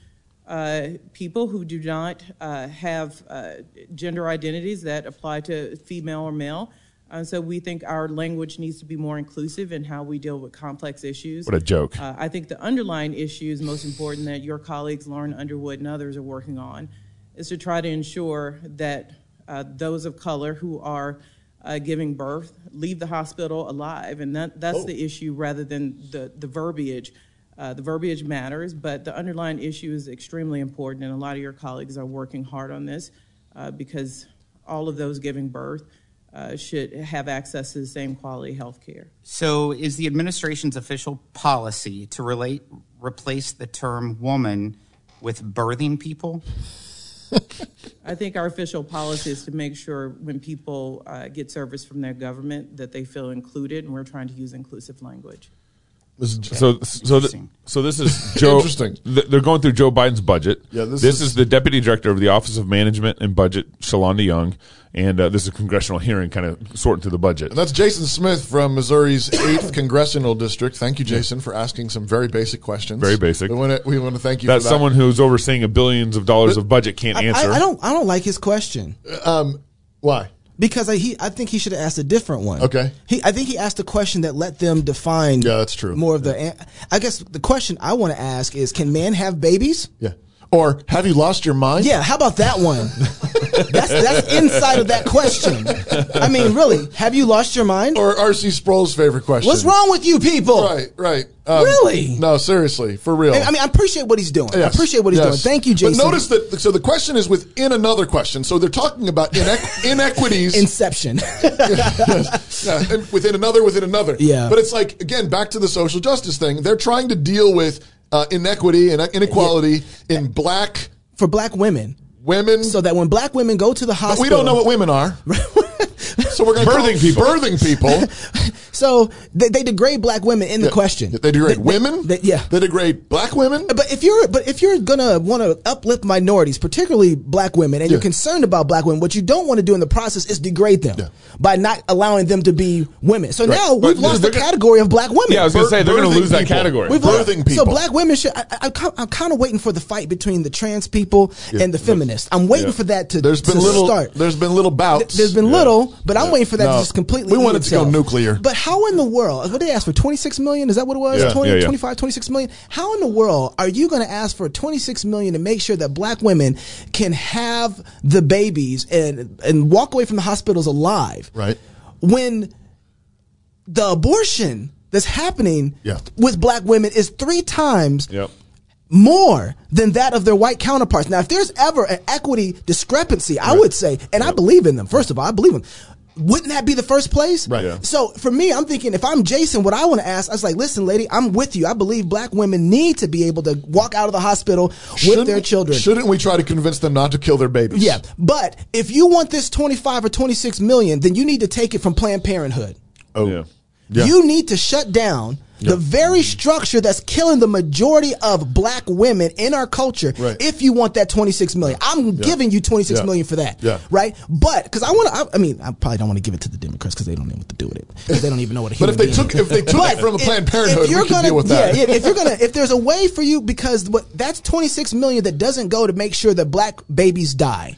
Speaker 9: uh, people who do not uh, have uh, gender identities that apply to female or male. And so we think our language needs to be more inclusive in how we deal with complex issues.
Speaker 1: What a joke.
Speaker 9: Uh, I think the underlying issue is most important that your colleagues, Lauren Underwood and others, are working on, is to try to ensure that uh, those of color who are uh, giving birth leave the hospital alive, and that, that's the issue rather than the, the verbiage. Uh, the verbiage matters, but the underlying issue is extremely important, and a lot of your colleagues are working hard on this uh, because all of those giving birth uh, should have access to the same quality health care.
Speaker 8: So, is the administration's official policy to relate replace the term woman with birthing people?
Speaker 9: I think our official policy is to make sure when people uh, get service from their government that they feel included, and we're trying to use inclusive language.
Speaker 3: This is-
Speaker 1: So, so, th-
Speaker 8: Interesting.
Speaker 1: so this is Joe.
Speaker 3: Interesting.
Speaker 1: th- they're going through Joe Biden's budget.
Speaker 3: Yeah,
Speaker 1: this,
Speaker 3: this
Speaker 1: is,
Speaker 3: is-
Speaker 1: the deputy director of the Office of Management and Budget, Shalonda Young, and uh, this is a congressional hearing, kind of sorting through the budget.
Speaker 3: And that's Jason Smith from Missouri's 8th Congressional District. Thank you, Jason, for asking some very basic questions.
Speaker 1: Very basic.
Speaker 3: We want to, we want to thank you
Speaker 1: That
Speaker 3: for that.
Speaker 1: someone who's overseeing a billions of dollars of budget can't
Speaker 2: I-
Speaker 1: answer.
Speaker 2: I, I don't. I don't like his question
Speaker 3: Um, Why?
Speaker 2: because I, he. I think he should have asked a different one.
Speaker 3: Okay.
Speaker 2: He. I think he asked a question that let them define.
Speaker 3: Yeah, that's true.
Speaker 2: More of the. an- I guess the question I want to ask is: Can man have babies?
Speaker 3: Yeah. Or have you lost your mind?
Speaker 2: Yeah, how about that one? that's that's inside of that question. I mean, really, have you lost your mind?
Speaker 3: Or R.C. Sproul's favorite question.
Speaker 2: What's wrong with you people?
Speaker 3: Right, right. Um,
Speaker 2: Really?
Speaker 3: No, seriously, for real.
Speaker 2: I mean, I appreciate what he's doing.
Speaker 3: Yes,
Speaker 2: I appreciate what he's
Speaker 3: yes.
Speaker 2: doing. Thank you, Jason.
Speaker 3: But notice that, so the question is within another question. So they're talking about inequ- inequities
Speaker 2: Inception.
Speaker 3: Yeah, and within another, within another.
Speaker 2: Yeah.
Speaker 3: But it's like, again, back to the social justice thing. They're trying to deal with uh, inequity and inequality in black
Speaker 2: for black women.
Speaker 3: women.
Speaker 2: So that when black women go to the
Speaker 3: But
Speaker 2: hospital,
Speaker 3: we don't know what women are. so we're going to
Speaker 1: Birthing people.
Speaker 3: Birthing people.
Speaker 2: So they, they degrade black women in the question.
Speaker 3: They degrade
Speaker 2: They- they-
Speaker 3: women.
Speaker 2: they- yeah.
Speaker 3: They degrade black women.
Speaker 2: but if you're but if you're gonna want to uplift minorities, particularly black women, and you're
Speaker 3: Yeah.
Speaker 2: concerned about black women, what you don't want to do in the process is degrade them
Speaker 3: Yeah.
Speaker 2: by not allowing them to be women. So now
Speaker 1: But
Speaker 2: we've lost the
Speaker 1: they're gonna-
Speaker 2: category of black women.
Speaker 1: Yeah, I was going to say they're going
Speaker 3: birthing
Speaker 1: to lose that
Speaker 3: people.
Speaker 1: category.
Speaker 2: We've
Speaker 3: Birthing
Speaker 2: lost-
Speaker 3: people.
Speaker 2: So black women should. I, I, I'm- I'm kind of waiting for the fight between the trans people and the feminists. I'm waiting
Speaker 1: Yeah.
Speaker 2: for that to,
Speaker 3: There's been
Speaker 2: to
Speaker 3: little.
Speaker 2: start.
Speaker 3: There's been little bouts.
Speaker 2: There's been little, but I'm waiting for that
Speaker 3: No.
Speaker 2: to just completely.
Speaker 3: We
Speaker 2: eat
Speaker 3: want it to go
Speaker 2: itself.
Speaker 3: nuclear.
Speaker 2: But how in the world? What did they ask for? 26 million? Is that what it was?
Speaker 1: Yeah.
Speaker 2: 20,
Speaker 1: Yeah, yeah.
Speaker 2: 25, 26 million? How in the world are you going to ask for 26 million to make sure that black women can have the babies and and walk away from the hospitals alive?
Speaker 3: Right.
Speaker 2: When the abortion that's happening
Speaker 3: Yeah.
Speaker 2: with black women is three times
Speaker 1: Yep.
Speaker 2: more than that of their white counterparts. Now, if there's ever an equity discrepancy, I would say, and I believe in them. First of all, I believe in them. Wouldn't that be the first place?
Speaker 3: Right. Yeah.
Speaker 2: So for me, I'm thinking if I'm Jason, what I want to ask, I was like, listen, lady, I'm with you. I believe black women need to be able to walk out of the hospital with
Speaker 3: Shouldn't-
Speaker 2: their children.
Speaker 3: Shouldn't we try to convince them not to kill their babies?
Speaker 2: Yeah. But if you want this 25 or 26 million, then you need to take it from Planned Parenthood.
Speaker 3: Oh.
Speaker 1: Yeah.
Speaker 3: Yeah.
Speaker 2: You need to shut down the very structure that's killing the majority of black women in our culture.
Speaker 3: Right.
Speaker 2: If you want that 26 million, I'm giving you twenty six
Speaker 3: Yeah.
Speaker 2: million for that.
Speaker 3: Yeah.
Speaker 2: Right. But because I want to, I, I mean, I probably don't want to give it to the Democrats because they don't know what to do with it. 'Cause They don't even know what. A
Speaker 3: But
Speaker 2: human
Speaker 3: if they
Speaker 2: being
Speaker 3: took
Speaker 2: is.
Speaker 3: if they took it from a
Speaker 2: If-
Speaker 3: Planned
Speaker 2: if
Speaker 3: Parenthood,
Speaker 2: you're
Speaker 3: we could
Speaker 2: gonna-
Speaker 3: deal with that.
Speaker 2: Yeah, yeah, if you're gonna, if there's a way for you, because what that's 26 million that doesn't go to make sure that black babies die.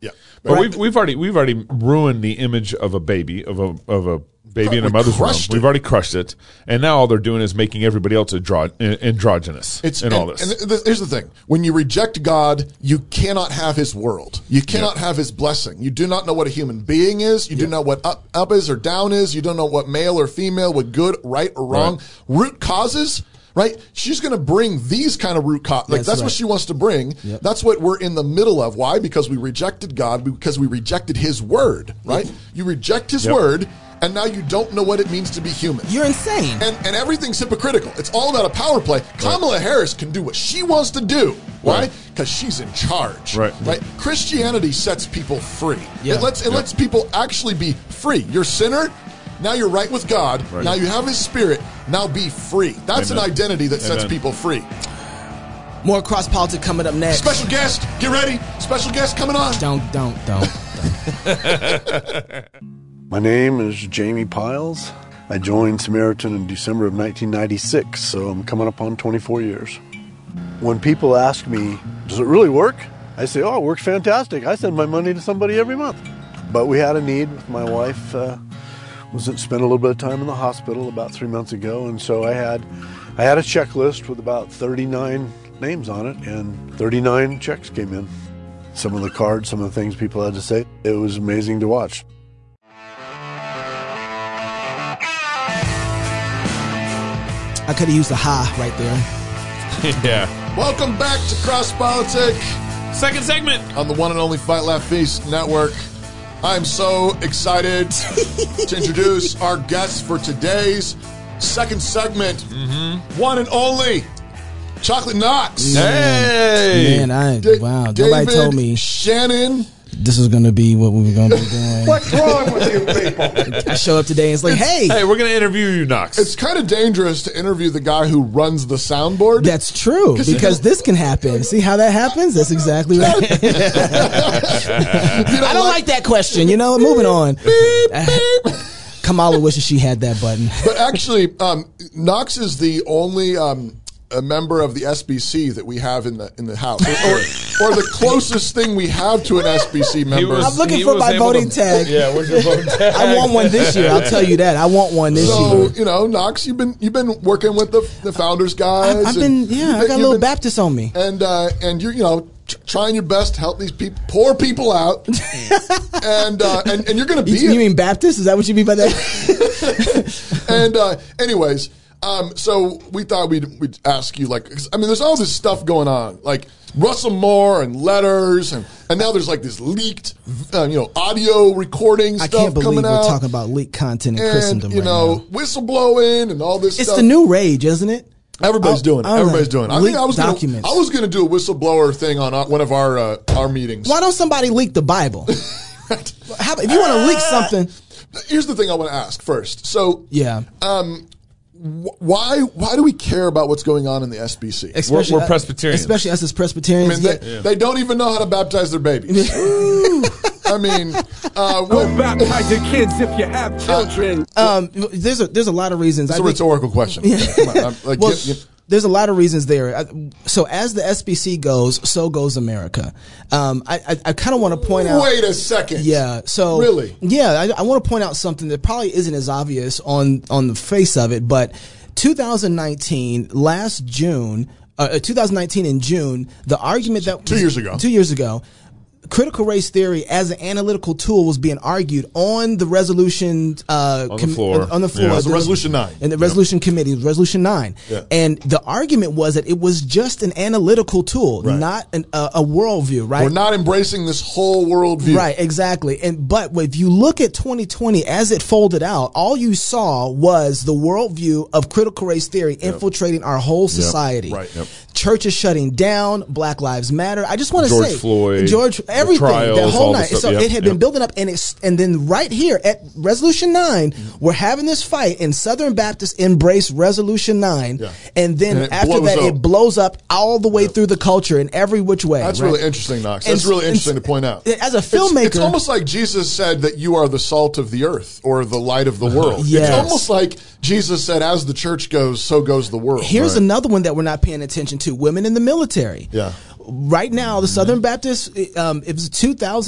Speaker 3: Yeah.
Speaker 1: But we've we've already we've already ruined the image of a baby of a of a baby in
Speaker 3: We
Speaker 1: a mother's womb.
Speaker 3: crushed it.
Speaker 1: We've already crushed it, and now all they're doing is making everybody else andro- an- androgynous
Speaker 3: It's
Speaker 1: in
Speaker 3: and,
Speaker 1: all this.
Speaker 3: And th- here's the thing: when you reject God, you cannot have His world. You cannot have His blessing. You do not know what a human being is. You do not know what up, up is or down is. You don't know what male or female, what good, right or wrong. Root causes. Right, she's going to bring these kind of root causes. Like that's,
Speaker 2: That's
Speaker 3: what
Speaker 2: right.
Speaker 3: she wants to bring. That's what we're in the middle of. Why? Because we rejected God. Because we rejected His word. Right? You reject His
Speaker 1: Yep.
Speaker 3: word, and now you don't know what it means to be human.
Speaker 2: You're insane.
Speaker 3: And, and everything's hypocritical. It's all about a power play. Kamala Harris can do what she wants to do. Why?
Speaker 1: Right.
Speaker 3: Because she's in charge.
Speaker 1: Right.
Speaker 3: Right. Christianity sets people free.
Speaker 2: Yeah.
Speaker 3: It lets it lets people actually be free. You're a sinner. Now you're right with God.
Speaker 1: Right.
Speaker 3: Now you have His Spirit. Now be free. That's
Speaker 1: Amen.
Speaker 3: an identity that sets
Speaker 1: Amen.
Speaker 3: people free.
Speaker 2: More cross politics coming up next.
Speaker 3: Special guest, get ready. Special guest coming on.
Speaker 2: Don't, don't, don't.
Speaker 10: My name is Jamie Piles. I joined Samaritan in December of 1996, so I'm coming up on 24 years. When people ask me, does it really work? I say, oh, it works fantastic. I send my money to somebody every month. But we had a need with my wife. Uh, was it spent a little bit of time in the hospital about three months ago, and so I had, I had a checklist with about 39 names on it, and 39 checks came in. Some of the cards, some of the things people had to say. It was amazing to watch.
Speaker 2: I could have used the ha right there.
Speaker 1: yeah,
Speaker 3: Welcome back to Cross Politic.
Speaker 1: second segment.
Speaker 3: on the one and only Fight Laugh Feast Network. I'm so excited to introduce our guest for today's second segment,
Speaker 1: Mm-hmm.
Speaker 3: one and only Chocolate Knox.
Speaker 1: Hey,
Speaker 2: Man, I
Speaker 3: Da-
Speaker 2: wow.
Speaker 3: David
Speaker 2: Nobody told me
Speaker 3: Shannon.
Speaker 2: this was gonna be what we were gonna be doing.
Speaker 3: What's wrong with you people?
Speaker 2: I show up today and it's like, hey,
Speaker 1: hey, we're gonna interview you, Knox.
Speaker 3: It's kind of dangerous to interview the guy who runs the soundboard.
Speaker 2: that's true because this can happen. See how that happens? That's exactly right. I don't like that question. You know, moving on. Kamala wishes she had that button.
Speaker 3: but actually, um, Knox is the only um, a member of the SBC that we have in the in the house, or, or, or the closest thing we have to an SBC member.
Speaker 1: was-
Speaker 2: I'm looking
Speaker 1: he
Speaker 2: for
Speaker 1: was
Speaker 2: my
Speaker 1: able to-
Speaker 2: voting tag.
Speaker 1: Yeah, where's your voting tag?
Speaker 2: I want one this year. I'll tell you that. I want one this
Speaker 3: so
Speaker 2: year.
Speaker 3: you know, Knox, you've been you've been working with the the founders guys.
Speaker 2: I've, I've been
Speaker 3: and
Speaker 2: yeah.
Speaker 3: you've
Speaker 2: I got a
Speaker 3: you've
Speaker 2: little
Speaker 3: been-
Speaker 2: Baptist on me.
Speaker 3: and uh, and you're you know tr- trying your best to help these people, poor people out, and, uh, and and you're going to be
Speaker 2: You, you
Speaker 3: it.
Speaker 2: mean Baptist? Is that what you mean by that?
Speaker 3: and uh, anyways, um, so we thought we'd, we'd ask you like, 'cause, I mean, there's all this stuff going on, like Russell Moore and letters, and, and now there's like this leaked, um, you know, audio recording
Speaker 2: I
Speaker 3: stuff
Speaker 2: can't believe
Speaker 3: coming
Speaker 2: we're
Speaker 3: out,
Speaker 2: talking about leaked content in
Speaker 3: and
Speaker 2: Christendom
Speaker 3: you
Speaker 2: right
Speaker 3: know,
Speaker 2: now.
Speaker 3: whistleblowing and all this.
Speaker 2: It's
Speaker 3: stuff.
Speaker 2: the new rage, isn't it?
Speaker 3: Everybody's
Speaker 2: Oh,
Speaker 3: doing it.
Speaker 2: all
Speaker 3: Everybody's
Speaker 2: right.
Speaker 3: doing it. I think
Speaker 2: Leaked
Speaker 3: I was gonna,
Speaker 2: documents.
Speaker 3: I was going to do a whistleblower thing on uh, one of our uh, our meetings.
Speaker 2: Why don't somebody leak the Bible? How, if you want to leak something,
Speaker 3: Here's the thing I want to ask first. So,
Speaker 2: yeah.
Speaker 3: um, wh- why why do we care about what's going on in the SBC?
Speaker 1: we're Presbyterians.
Speaker 2: especially us as
Speaker 3: I
Speaker 2: Presbyterians.
Speaker 3: mean, they,
Speaker 2: yeah.
Speaker 3: they don't even know how to baptize their babies. I mean, uh,
Speaker 4: Don't
Speaker 3: what,
Speaker 4: baptize your kids if you have children.
Speaker 2: um, there's a there's a lot of reasons.
Speaker 3: it's a
Speaker 2: I think-
Speaker 3: rhetorical question. Come on, I'm- like,
Speaker 2: well,
Speaker 3: get- get-
Speaker 2: there's a lot of reasons there. I- So as the SBC goes, so goes America. Um, I I, I kind of want to point out.
Speaker 3: wait a second.
Speaker 2: Yeah. So
Speaker 3: Really?
Speaker 2: yeah, I, I want to point out something that probably isn't as obvious on on the face of it, but 2019, last June, uh, uh, 2019 in June, the argument that
Speaker 3: Two years ago.
Speaker 2: two years ago. Critical race theory as an analytical tool was being argued on the resolution uh,
Speaker 1: On the floor.
Speaker 2: on the floor
Speaker 1: Yeah. It was
Speaker 2: The-
Speaker 3: Resolution 9.
Speaker 2: and the resolution committee it was resolution 9
Speaker 3: Yeah.
Speaker 2: and the argument was that it was just an analytical tool not an, a a worldview right
Speaker 3: We're not embracing this whole worldview.
Speaker 2: Right, exactly. And but if you look at 2020 as it folded out, all you saw was the worldview of critical race theory infiltrating our whole society.
Speaker 3: Right, yep.
Speaker 2: Churches shutting down, Black Lives Matter. I just want to
Speaker 1: George
Speaker 2: say
Speaker 1: Floyd,
Speaker 2: George
Speaker 1: the
Speaker 2: everything, the
Speaker 1: trials,
Speaker 2: whole
Speaker 1: all the
Speaker 2: night.
Speaker 1: stuff,
Speaker 2: So
Speaker 1: yep,
Speaker 2: it had
Speaker 1: yep.
Speaker 2: been building up and it's and then right here at Resolution 9, we're having this fight and Southern Baptists embrace Resolution 9
Speaker 3: Yeah.
Speaker 2: and then
Speaker 3: And it
Speaker 2: after
Speaker 3: blows
Speaker 2: that
Speaker 3: up.
Speaker 2: it blows up all the way through the culture in every which way.
Speaker 3: That's
Speaker 2: right?
Speaker 3: really interesting, Knox.
Speaker 2: And
Speaker 3: That's
Speaker 2: s-
Speaker 3: really
Speaker 2: and
Speaker 3: interesting to
Speaker 2: s-
Speaker 3: point out.
Speaker 2: as a
Speaker 3: It's- it's,
Speaker 2: filmmaker-
Speaker 3: almost like Jesus said that you are the salt of the earth or the light of the world.
Speaker 2: Uh-huh. Yes.
Speaker 3: It's almost like Jesus said, "As the church goes, so goes the world."
Speaker 2: Here's another one that we're not paying attention to: women in the military.
Speaker 3: Yeah.
Speaker 2: Right now, the Southern Baptist, um, it was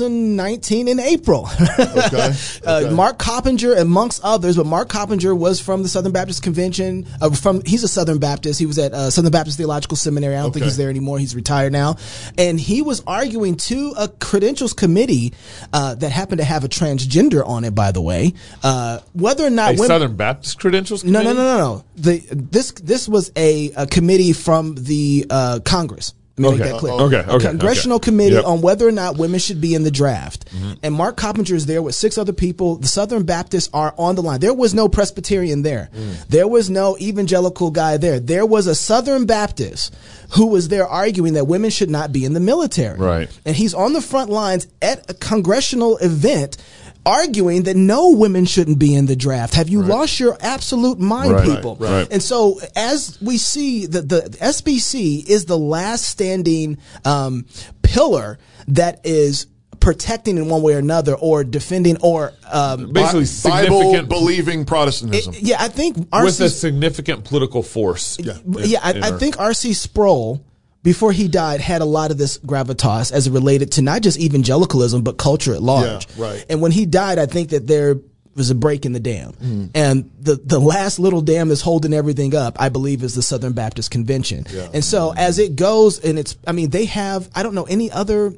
Speaker 2: 2019 in April.
Speaker 3: Okay.
Speaker 2: Uh,
Speaker 3: Okay.
Speaker 2: Mark Coppinger, amongst others, but Mark Coppinger was from the Southern Baptist Convention. Uh, from he's a Southern Baptist. He was at uh, Southern Baptist Theological Seminary. I don't think
Speaker 3: Okay.
Speaker 2: he's there anymore. He's retired now, and he was arguing to a credentials committee uh, that happened to have a transgender on it. By the way, uh, whether or not
Speaker 1: A
Speaker 2: women,
Speaker 1: Southern Baptist credentials?
Speaker 2: no, no,
Speaker 1: committee?
Speaker 2: no, no, no. The this this was a, a committee from the uh, Congress. Let me
Speaker 1: Okay.
Speaker 2: make that clear.
Speaker 1: Okay, okay,
Speaker 2: A congressional
Speaker 1: okay.
Speaker 2: committee
Speaker 1: Yep.
Speaker 2: on whether or not women should be in the draft. And Mark Coppinger is there with six other people. The Southern Baptists are on the line. There was no Presbyterian there. There was no evangelical guy there. There was a Southern Baptist who was there arguing that women should not be in the military.
Speaker 1: Right.
Speaker 2: And he's on the front lines at a congressional event arguing that no women shouldn't be in the draft. Have you lost your absolute mind,
Speaker 1: Right,
Speaker 2: people?
Speaker 1: right, right.
Speaker 2: And so as we see that the SBC is the last standing um, pillar that is protecting in one way or another or defending or um,
Speaker 1: Basically,
Speaker 3: Bible
Speaker 1: significant.
Speaker 3: believing Protestantism.
Speaker 2: yeah, I think
Speaker 1: with a
Speaker 2: RC
Speaker 1: significant political force. Yeah.
Speaker 2: yeah, I, I think R.C. Sproul, before he died, had a lot of this gravitas as it related to not just evangelicalism but culture at large.
Speaker 3: Yeah, right.
Speaker 2: And when he died, I think that there was a break in the dam, and the the last little dam is holding everything up. I believe is the Southern Baptist Convention. And so as it goes, and it's I mean they have I don't know any other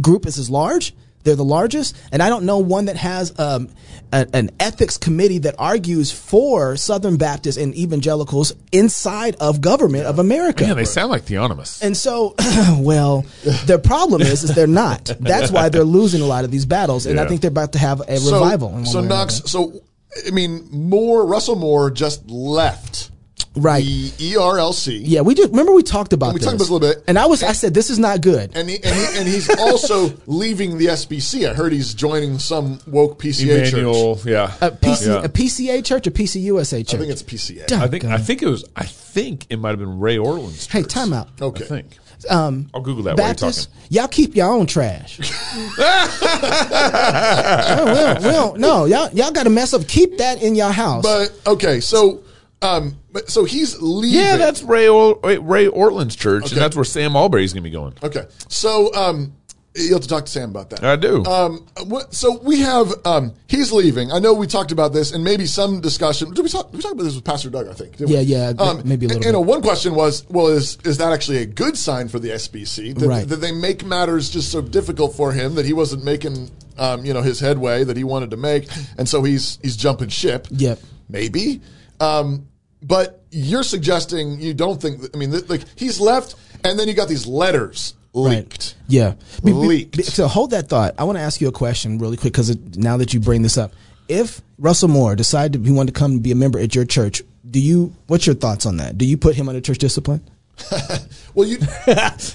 Speaker 2: group is as large. They're the largest, and I don't know one that has um, a, an ethics committee that argues for Southern Baptists and evangelicals inside of government of America.
Speaker 1: Man, they sound like theonomists.
Speaker 2: and so, well, their problem is is they're not. That's why they're losing a lot of these battles, and I
Speaker 1: Yeah.
Speaker 2: think they're about to have a
Speaker 3: So,
Speaker 2: revival. in one
Speaker 3: so
Speaker 2: way or
Speaker 3: Knox.
Speaker 2: another.
Speaker 3: So I mean, Moore Russell Moore just left
Speaker 2: right?
Speaker 3: the E ERLC.
Speaker 2: yeah, we just remember we talked about
Speaker 3: We
Speaker 2: this.
Speaker 3: talked about this a little bit.
Speaker 2: and I was I said this is not good.
Speaker 3: And, he, and, he, and he's also leaving the SBC. I heard he's joining some woke PCA church.
Speaker 1: Emmanuel, yeah.
Speaker 2: a, PC,
Speaker 1: Yeah.
Speaker 2: a PCA church, a PCUSA church.
Speaker 3: uh, I think it's PCA.
Speaker 1: I think I think it was I think it might have been Ray Orland's.
Speaker 2: Hey,
Speaker 1: church.
Speaker 2: time out.
Speaker 3: Okay.
Speaker 1: I think.
Speaker 2: Um,
Speaker 1: I'll Google that while you're
Speaker 2: Baptist, y'all keep your own trash.
Speaker 1: talking.
Speaker 2: we don't, we don't, no, y'all, y'all got to mess up. Keep that in your house.
Speaker 3: But okay, so Um, but, so he's leaving.
Speaker 1: Yeah, that's Ray or- Ray Ortland's church,
Speaker 3: Okay.
Speaker 1: and that's where Sam Albury's going to be going.
Speaker 3: Okay. So um, you'll have to talk to Sam about that.
Speaker 1: I do.
Speaker 2: Uh,
Speaker 3: Um, what- so we have um, he's leaving. I know we talked about this, and maybe some discussion. Did we talk? We talked about this with Pastor Doug, I think. didn't we? Um,
Speaker 2: Yeah, yeah, maybe a little
Speaker 3: And, you know,
Speaker 2: bit.
Speaker 3: one question was, well, is is that actually a good sign for the SBC that,
Speaker 2: Right.
Speaker 3: that they make matters just so difficult for him that he wasn't making, um, you know, his headway that he wanted to make, and so he's he's jumping ship.
Speaker 2: Yep.
Speaker 3: maybe. Um, but you're suggesting you don't think. That, I mean, th- like he's left, and then you got these letters leaked.
Speaker 2: Yeah. Be- be-
Speaker 3: Leaked.
Speaker 2: be- so hold that thought. I want to ask you a question really quick because now that you bring this up, if Russell Moore decided he wanted to come and be a member at your church, do you? What's your thoughts on that? Do you put him under church discipline?
Speaker 3: Well, you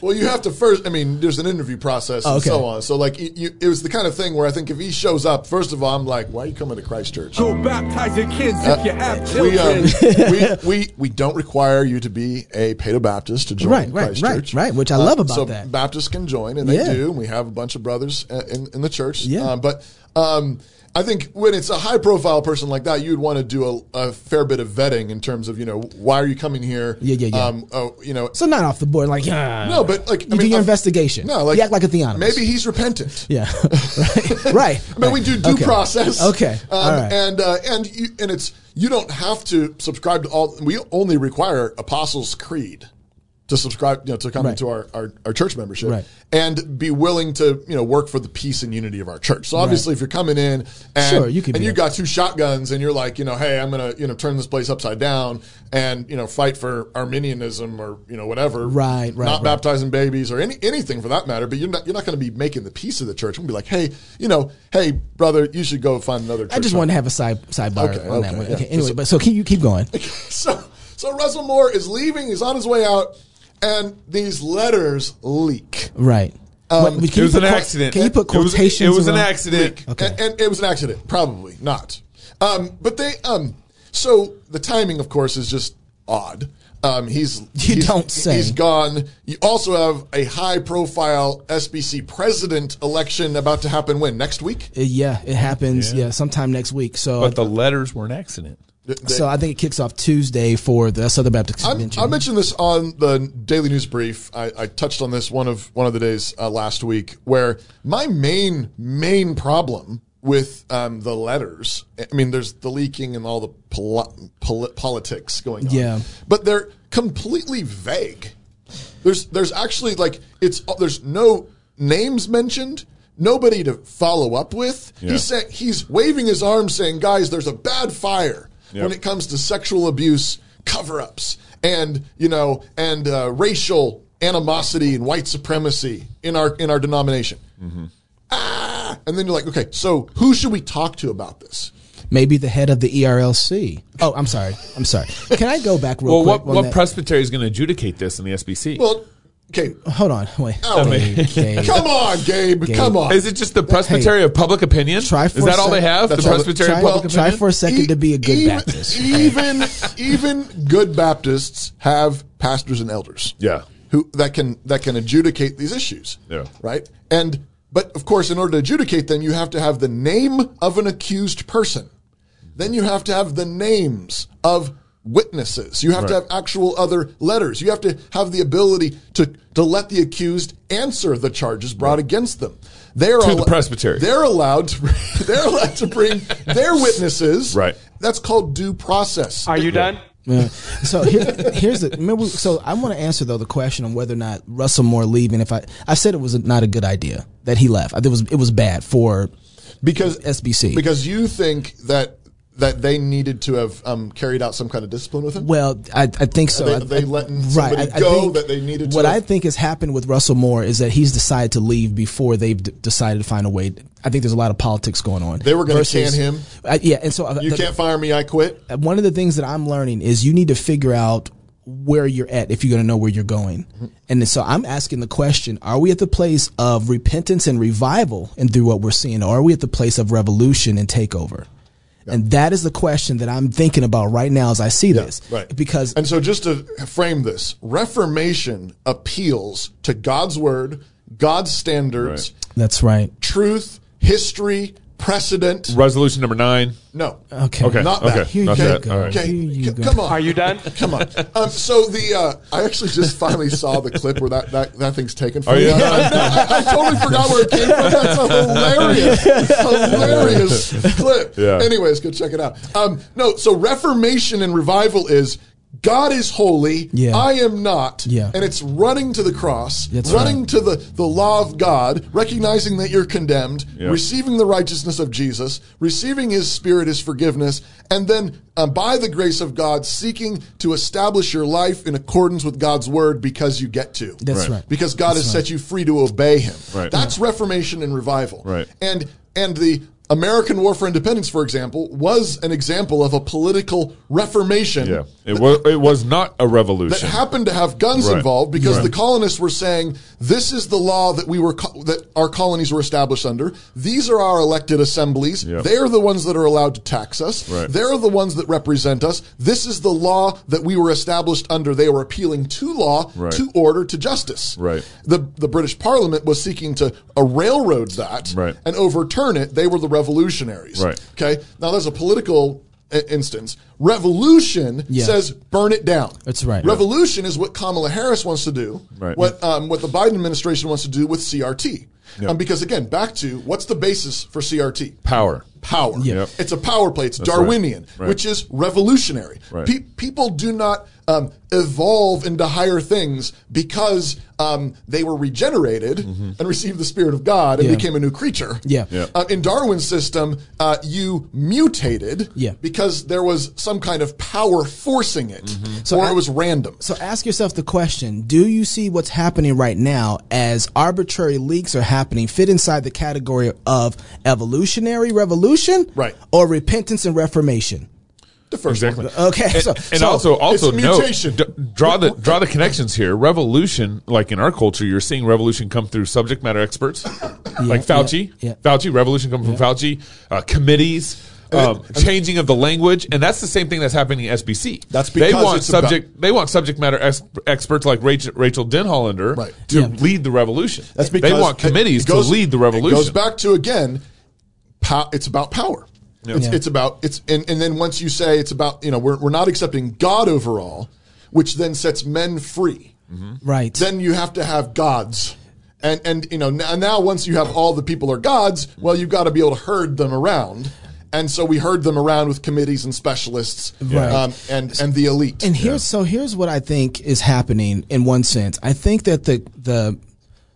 Speaker 3: well you have to first. I mean, there's an interview process and
Speaker 2: Oh, Okay.
Speaker 3: so on. So like, you, you, it was the kind of thing where I think if he shows up, first of all, I'm like, why are you coming to Christ Church?
Speaker 4: Go baptize your kids if you have
Speaker 11: Uh,
Speaker 3: We, um,
Speaker 4: children.
Speaker 3: we, we, we don't require you to be a Paedo Baptist to join
Speaker 2: Right, right,
Speaker 3: Christ
Speaker 2: right,
Speaker 3: Church.
Speaker 2: right, which I love about
Speaker 3: so
Speaker 2: that.
Speaker 3: Baptists can join, and they
Speaker 2: Yeah.
Speaker 3: do. And we have a bunch of brothers uh, in, in the church.
Speaker 2: Yeah.
Speaker 3: Uh, but um, I think when it's a high profile person like that, you'd want to do a, a fair bit of vetting in terms of, you know, why are you coming here?
Speaker 2: Yeah, yeah, yeah.
Speaker 3: Um, oh, you know,
Speaker 2: So not off the board, like yeah.
Speaker 3: no, but like
Speaker 2: You do your investigation.
Speaker 3: No, like
Speaker 2: You act like a theonomist.
Speaker 3: Maybe he's repentant.
Speaker 2: yeah, right. right.
Speaker 3: I mean, we do due
Speaker 2: Okay.
Speaker 3: process.
Speaker 2: Okay,
Speaker 3: um,
Speaker 2: all right.
Speaker 3: and uh, and you, and it's you don't have to subscribe to all. We only require Apostles' Creed to subscribe, you know, to come
Speaker 2: Right.
Speaker 3: into our, our our church membership,
Speaker 2: Right.
Speaker 3: and be willing to you know work for the peace and unity of our church. So obviously, if you're coming in and
Speaker 2: Sure, you could
Speaker 3: and
Speaker 2: be
Speaker 3: you
Speaker 2: a-
Speaker 3: got two shotguns and you're like, you know, hey, I'm gonna you know turn this place upside down and you know fight for Arminianism or you know whatever,
Speaker 2: Right, right,
Speaker 3: not
Speaker 2: right.
Speaker 3: baptizing babies or any anything for that matter. But you're not you're not going to be making the peace of the church. I'm going to be like, hey, you know, hey brother, you should go find another. church
Speaker 2: I just
Speaker 3: home."
Speaker 2: wanted to have a side sidebar
Speaker 3: Okay,
Speaker 2: on that
Speaker 3: okay,
Speaker 2: one.
Speaker 3: yeah.
Speaker 2: Okay, anyway, but so keep you keep going.
Speaker 3: so so Russell Moore is leaving. He's on his way out, and these letters leak.
Speaker 2: Right.
Speaker 3: Um,
Speaker 2: What- can
Speaker 1: it
Speaker 2: you
Speaker 1: was
Speaker 2: put
Speaker 1: an
Speaker 2: qu-
Speaker 1: accident.
Speaker 2: Can you put
Speaker 1: It was-
Speaker 2: quotations?
Speaker 1: It was, an
Speaker 2: around-
Speaker 1: accident.
Speaker 2: Okay.
Speaker 3: And, and it was an accident, probably not. Um, but they, um, so the timing, of course, is just odd. Um, he's
Speaker 2: You
Speaker 3: he's-
Speaker 2: don't say.
Speaker 3: He's gone. You also have a high-profile SBC president election about to happen. When next week?
Speaker 2: Uh, yeah, it happens. Yeah. sometime next week. So
Speaker 1: But the letters were an accident.
Speaker 2: so I think it kicks off Tuesday for the Southern Baptist
Speaker 3: I'm,
Speaker 2: Convention.
Speaker 3: I mentioned this on the Daily News Brief. I, I touched on this one of one of the days uh, last week, where my main main problem with um, the letters. I mean, there's the leaking and all the pol- pol- politics going on.
Speaker 2: Yeah.
Speaker 3: but they're completely vague. There's there's actually like it's there's no names mentioned. Nobody to follow up with.
Speaker 1: Yeah.
Speaker 3: He said he's waving his arms, saying, "Guys, there's a bad fire."
Speaker 1: Yep.
Speaker 3: when it comes to sexual abuse cover-ups and you know and uh, racial animosity and white supremacy in our in our denomination.
Speaker 1: Mm-hmm.
Speaker 3: Ah, and then you're like, okay, so who should we talk to about this?
Speaker 2: Maybe the head of the E ERLC. Oh, I'm sorry. I'm sorry. Can I go back real
Speaker 1: Well,
Speaker 2: quick?
Speaker 1: what
Speaker 2: on
Speaker 1: what
Speaker 2: that?
Speaker 1: presbytery is going to adjudicate this in the SBC?
Speaker 3: Well, okay,
Speaker 2: Hold on. Wait.
Speaker 3: Oh, man.
Speaker 2: Okay.
Speaker 3: come on, Gabe,
Speaker 2: Gabe.
Speaker 3: come on.
Speaker 1: is it just the presbytery of public opinion?
Speaker 2: Try
Speaker 1: is
Speaker 2: for
Speaker 1: that
Speaker 2: a
Speaker 1: all they
Speaker 2: sec-
Speaker 1: have? The
Speaker 3: that's all the-
Speaker 1: presbytery of
Speaker 2: try-
Speaker 1: public
Speaker 2: try
Speaker 1: opinion.
Speaker 2: for a second to be a good
Speaker 3: E- even,
Speaker 2: Baptist.
Speaker 3: Even even good Baptists have pastors and elders.
Speaker 1: Yeah.
Speaker 3: Who that can that can adjudicate these issues.
Speaker 1: Yeah.
Speaker 3: Right? And but of course in order to adjudicate them you have to have the name of an accused person. Then you have to have the names of witnesses. You have to have
Speaker 1: Right.
Speaker 3: actual other letters. You have to have the ability to to let the accused answer the charges brought against them. They're
Speaker 1: To the
Speaker 3: al-
Speaker 1: presbytery.
Speaker 3: They're allowed to they're allowed to bring their witnesses.
Speaker 1: Right.
Speaker 3: That's called due process.
Speaker 4: Are you done?
Speaker 2: Yeah. So here, here's the remember. So I want to answer though the question on whether or not Russell Moore leaving. If I I said it was not a good idea that he left. I think it was it was bad for
Speaker 3: because
Speaker 2: SBC.
Speaker 3: Because you think that that they needed to have um, carried out some kind of discipline with him.
Speaker 2: Well, I, I think so.
Speaker 3: they-
Speaker 2: I-
Speaker 3: they
Speaker 2: I-
Speaker 3: letting somebody go that they needed to?
Speaker 2: What I think has happened with Russell Moore is that he's decided to leave before they've d- decided to find a way. I think there's a lot of politics going on.
Speaker 3: They were gonna
Speaker 2: versus-
Speaker 3: can him.
Speaker 2: I- yeah, and so uh,
Speaker 3: you
Speaker 2: the- uh,
Speaker 3: can't fire me. I quit.
Speaker 2: one of the things that I'm learning is you need to figure out where you're at if you're going to know where you're going.
Speaker 3: Mm-hmm.
Speaker 2: And so I'm asking the question, are we at the place of repentance and revival and through what we're seeing or are we at the place of revolution and takeover? And that is the question that I'm thinking about right now as I see this.
Speaker 3: Right.
Speaker 2: Because
Speaker 3: and so just to frame this, Reformation appeals to God's word, God's standards,
Speaker 2: that's right.
Speaker 3: truth, history, precedent.
Speaker 1: Resolution number nine.
Speaker 3: No.
Speaker 2: Okay.
Speaker 1: Okay.
Speaker 3: Not
Speaker 1: okay.
Speaker 3: that.
Speaker 1: Here Not you that. go. All right.
Speaker 3: Okay.
Speaker 2: Here you
Speaker 3: C-
Speaker 2: go.
Speaker 3: Come on.
Speaker 4: Are you done?
Speaker 3: Come on. Um, so the uh, I actually just finally saw the clip where that, that, that thing's taken from
Speaker 1: Are you-
Speaker 3: me. I, I totally forgot where it came from. That's a hilarious, hilarious clip.
Speaker 1: Yeah.
Speaker 3: Anyways, go check it out. Um, no, so Reformation and revival is God is holy.
Speaker 2: Yeah.
Speaker 3: I am not.
Speaker 2: Yeah.
Speaker 3: And it's running to the cross,
Speaker 2: That's
Speaker 3: running
Speaker 2: right.
Speaker 3: to the, the law of God, recognizing that you're condemned,
Speaker 1: Yeah.
Speaker 3: receiving the righteousness of Jesus, receiving his spirit, his forgiveness, and then uh, by the grace of God, seeking to establish your life in accordance with God's word because you get to.
Speaker 2: That's
Speaker 1: Right.
Speaker 2: right.
Speaker 3: Because God
Speaker 2: That's
Speaker 3: has
Speaker 2: right.
Speaker 3: set you free to obey him.
Speaker 1: Right.
Speaker 3: That's reformation and revival.
Speaker 1: Right.
Speaker 3: And and the American War for Independence, for example, was an example of a political reformation
Speaker 1: Yeah. It was. It was not a
Speaker 3: that
Speaker 1: revolution.
Speaker 3: happened to have guns
Speaker 1: Right.
Speaker 3: involved because
Speaker 1: Right.
Speaker 3: the colonists were saying this is the law that we were co- that our colonies were established under. These are our elected assemblies.
Speaker 1: Yep.
Speaker 3: They are the ones that are allowed to tax us.
Speaker 1: Right.
Speaker 3: They're the ones that represent us. This is the law that we were established under. They were appealing to law,
Speaker 1: Right.
Speaker 3: to order, to justice.
Speaker 1: Right.
Speaker 3: The the British Parliament was seeking to uh, railroad that
Speaker 1: Right.
Speaker 3: and overturn it. They were the revolutionaries.
Speaker 1: Right.
Speaker 3: Okay. Now there's a political uh, instance. Revolution
Speaker 2: Yeah.
Speaker 3: says burn it down.
Speaker 2: That's right.
Speaker 3: Revolution revolution is what Kamala Harris wants to do,
Speaker 1: Right.
Speaker 3: what um, what the Biden administration wants to do with CRT.
Speaker 1: Yep.
Speaker 3: Um, because again, back to what's the basis for CRT?
Speaker 1: Power.
Speaker 3: Power.
Speaker 1: Yep.
Speaker 3: It's a power play. It's
Speaker 1: right.
Speaker 3: Darwinian,
Speaker 1: Right.
Speaker 3: which is revolutionary.
Speaker 1: Right.
Speaker 3: Pe- people do not um, evolve into higher things because um, they were regenerated and received the Spirit of God and
Speaker 2: Yeah.
Speaker 3: became a new creature.
Speaker 2: Yeah.
Speaker 1: Mm-hmm. Yeah.
Speaker 3: Uh, in Darwin's system, uh, you mutated
Speaker 2: Yeah.
Speaker 3: because there was some kind of power forcing it,
Speaker 1: Mm-hmm.
Speaker 3: or
Speaker 2: I-
Speaker 3: it was random.
Speaker 2: So ask yourself the question, do you see what's happening right now as arbitrary leaks are happening fit inside the category of evolutionary revolution
Speaker 3: Right.
Speaker 2: or repentance and reformation?
Speaker 3: The first
Speaker 1: Exactly.
Speaker 3: one.
Speaker 2: Okay,
Speaker 1: And,
Speaker 2: so-
Speaker 1: and
Speaker 2: so
Speaker 1: also, also
Speaker 3: it's
Speaker 1: note,
Speaker 3: mutation.
Speaker 1: d- draw the draw the connections here. Revolution, like in our culture, you're seeing revolution come through subject matter experts, like Fauci.
Speaker 2: yeah, yeah.
Speaker 1: Fauci revolution come from Fauci uh, committees.
Speaker 3: Uh,
Speaker 1: Um, changing of the language, and that's the same thing that's happening in SBC.
Speaker 3: That's
Speaker 1: they
Speaker 3: because
Speaker 1: want
Speaker 3: it's about-
Speaker 1: subject they want subject matter ex- experts like Rachel, Rachel Den Hollander
Speaker 3: Right.
Speaker 1: to
Speaker 2: Yeah.
Speaker 1: lead the revolution.
Speaker 3: That's because
Speaker 1: they want
Speaker 3: it-
Speaker 1: committees
Speaker 3: it goes-
Speaker 1: to lead the
Speaker 3: It goes
Speaker 1: revolution.
Speaker 3: back to again, pow, it's about power. It's,
Speaker 2: Yeah.
Speaker 3: it's about it's and, and then once you say it's about you know we're we're not accepting God overall, which then sets men free.
Speaker 1: Mm-hmm.
Speaker 2: Right.
Speaker 3: Then you have to have gods. And, and you know now, now once you have all the people are gods, well you've got to be able to herd them around, and so we herd them around with committees and specialists,
Speaker 2: Right.
Speaker 3: um, and and the elite.
Speaker 2: And here's so here's what I think is happening in one sense. I think that the the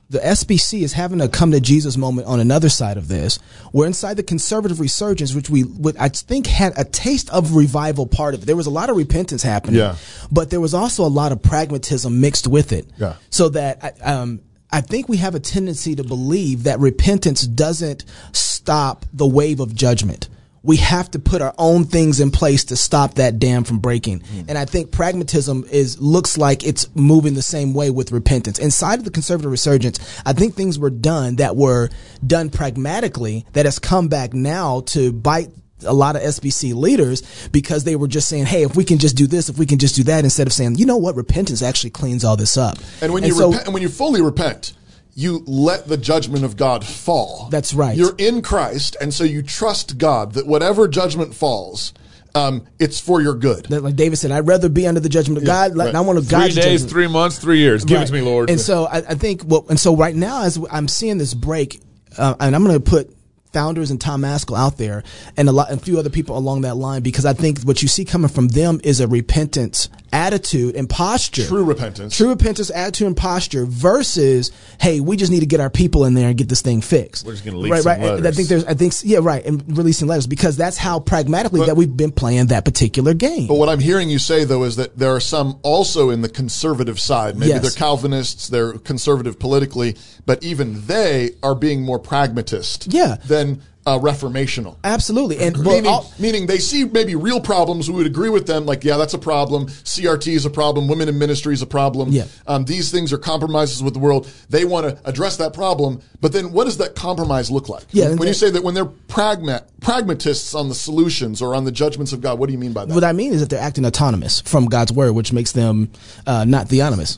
Speaker 2: the SBC is having a come to Jesus moment on another side of this. We're inside the conservative resurgence, which we, which I think had a taste of revival part of it. There was a lot of repentance happening,
Speaker 3: Yeah.
Speaker 2: but there was also a lot of pragmatism mixed with it.
Speaker 3: Yeah.
Speaker 2: So that I, um, I think we have a tendency to believe that repentance doesn't stop the wave of judgment. We have to put our own things in place to stop that dam from breaking.
Speaker 3: Hmm.
Speaker 2: And I think pragmatism is looks like it's moving the same way with repentance. Inside of the conservative resurgence, I think things were done that were done pragmatically that has come back now to bite a lot of SBC leaders because they were just saying, "Hey, if we can just do this, if we can just do that," instead of saying, "You know what? Repentance actually cleans all this up."
Speaker 3: And when you
Speaker 2: so-
Speaker 3: repent, and when you fully repent, you let the judgment of God fall.
Speaker 2: That's right.
Speaker 3: You're in Christ, and so you trust God that whatever judgment falls, um, it's for your good.
Speaker 2: that, like David said, I'd rather be under the judgment of God. Like,
Speaker 3: right.
Speaker 2: I want to
Speaker 1: three
Speaker 2: God's
Speaker 1: days,
Speaker 2: judgment.
Speaker 1: three months, three years. Give it
Speaker 2: Right.
Speaker 1: to me, Lord.
Speaker 2: And so I, I think, well, and so right now, as I'm seeing this break, uh, and I'm going to put founders and Tom Askell out there and a lot, and a few other people along that line, because I think what you see coming from them is a repentance attitude and posture.
Speaker 3: True repentance.
Speaker 2: True repentance, attitude, and posture versus, hey, we just need to get our people in there and get this thing fixed.
Speaker 1: We're just gonna leak
Speaker 2: right,
Speaker 1: some
Speaker 2: right. And I
Speaker 1: letters.
Speaker 2: think there's, I think, yeah, right, and releasing letters because that's how pragmatically that we've been playing that particular game.
Speaker 3: But what I'm hearing you say, though, is that there are some also in the conservative side. Maybe
Speaker 2: Yes.
Speaker 3: they're Calvinists, they're conservative politically, but even they are being more pragmatist
Speaker 2: Yeah.
Speaker 3: than uh, reformational.
Speaker 2: Absolutely, and well,
Speaker 3: meaning,
Speaker 2: all-
Speaker 3: meaning they see maybe real problems. We would agree with them, like, yeah, that's a problem. CRT is a problem. Women in ministry is a problem.
Speaker 2: Yeah.
Speaker 3: Um, these things are compromises with the world. They want to address that problem. But then what does that compromise look like?
Speaker 2: Yeah,
Speaker 3: when
Speaker 2: and
Speaker 3: you
Speaker 2: that-
Speaker 3: say that when they're pragma- pragmatists on the solutions or on the judgments of God, what do you mean by that?
Speaker 2: what I mean is that they're acting autonomous from God's word, which makes them uh, not theonomous.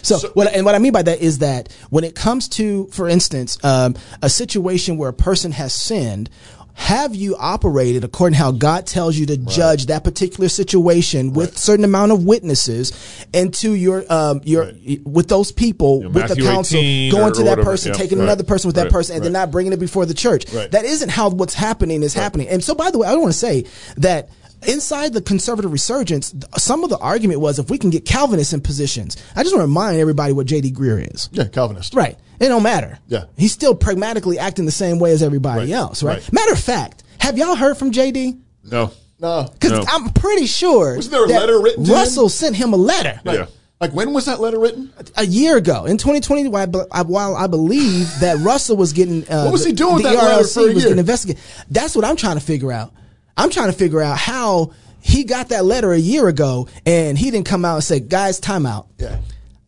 Speaker 2: so, what, and what I mean by that is that when it comes to, for instance, um, a situation where a person has sinned, have you operated according to how God tells you to judge that particular situation with certain amount of witnesses and to your um your with those people
Speaker 1: Yeah,
Speaker 2: with
Speaker 1: Matthew
Speaker 2: the council
Speaker 1: 18
Speaker 2: going
Speaker 1: or-
Speaker 2: to
Speaker 1: or
Speaker 2: that
Speaker 1: whatever.
Speaker 2: person,
Speaker 1: Yeah,
Speaker 2: taking
Speaker 1: right,
Speaker 2: another person with that
Speaker 1: right,
Speaker 2: person, and then
Speaker 1: right.
Speaker 2: not bringing it before the church.
Speaker 1: Right.
Speaker 2: That isn't how what's happening is happening. And so, by the way, I want to say that. Inside the conservative resurgence, th- some of the argument was if we can get Calvinists in positions. I just want to remind everybody what J.D. Greer is.
Speaker 3: Yeah, Calvinist.
Speaker 2: Right. It don't matter.
Speaker 3: Yeah.
Speaker 2: He's still pragmatically acting the same way as everybody
Speaker 3: Right.
Speaker 2: else, right?
Speaker 3: Right.
Speaker 2: Matter of fact, have y'all heard from JD?
Speaker 1: No.
Speaker 3: No.
Speaker 2: Because
Speaker 1: No.
Speaker 2: I'm pretty sure
Speaker 3: Wasn't there a
Speaker 2: that
Speaker 3: letter written to
Speaker 2: Russell
Speaker 3: him?
Speaker 2: sent him a letter
Speaker 3: Like,
Speaker 1: Yeah.
Speaker 3: like when was that letter written?
Speaker 2: a year ago in 2020. While I be- I- while I believe that Russell was getting, uh,
Speaker 3: What was he doing with
Speaker 2: The,
Speaker 3: that letter
Speaker 2: ERLC
Speaker 3: for a
Speaker 2: was
Speaker 3: year?
Speaker 2: getting investigated. That's what I'm trying to figure out. I'm trying to figure out how he got that letter a year ago and he didn't come out and say, "Guys, time out."
Speaker 3: Yeah.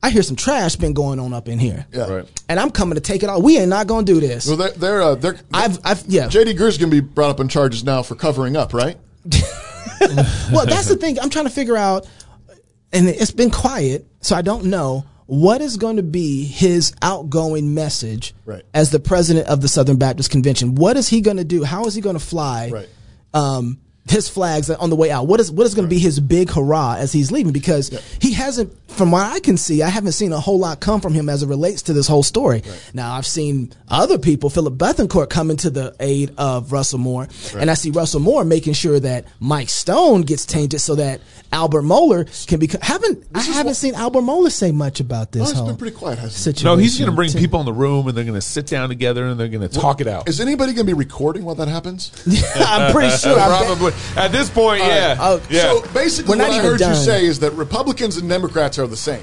Speaker 2: I hear some trash been going on up in here.
Speaker 3: Yeah.
Speaker 1: Right.
Speaker 2: And I'm coming to take it all. We ain't not gonna do this.
Speaker 3: So they're they're, uh, they're
Speaker 2: I've, I've, yeah.
Speaker 3: JD Greer's going to be brought up on charges now for covering up, right?
Speaker 2: well, that's the thing. I'm trying to figure out, and it's been quiet, so I don't know what is going to be his outgoing message
Speaker 3: Right.
Speaker 2: as the president of the Southern Baptist Convention. What is he going to do? How is he going to fly?
Speaker 3: Right.
Speaker 2: Um, his flags on the way out. What is what is going to be his big hurrah as he's leaving? Because he hasn't, from what I can see, I haven't seen a whole lot come from him as it relates to this whole story. Now I've seen other people, Philip Bethencourt, coming to the aid of Russell Moore, and I see Russell Moore making sure that Mike Stone gets tainted so that Albert Moeller can be. Haven't I haven't seen Albert Moeller say much about this
Speaker 3: Oh, it's been
Speaker 2: whole
Speaker 3: pretty quiet, hasn't it?
Speaker 2: situation.
Speaker 1: No, he's going to bring
Speaker 2: too.
Speaker 1: people in the room and they're going to sit down together and they're going to talk it out.
Speaker 3: Is anybody going to be recording while that happens?
Speaker 2: I'm pretty sure. I bet-
Speaker 1: Probably at this point, yeah,
Speaker 2: Oh,
Speaker 1: yeah.
Speaker 3: So basically,
Speaker 2: We're not
Speaker 3: what I
Speaker 2: even
Speaker 3: heard you
Speaker 2: done.
Speaker 3: say is that Republicans and Democrats are the same.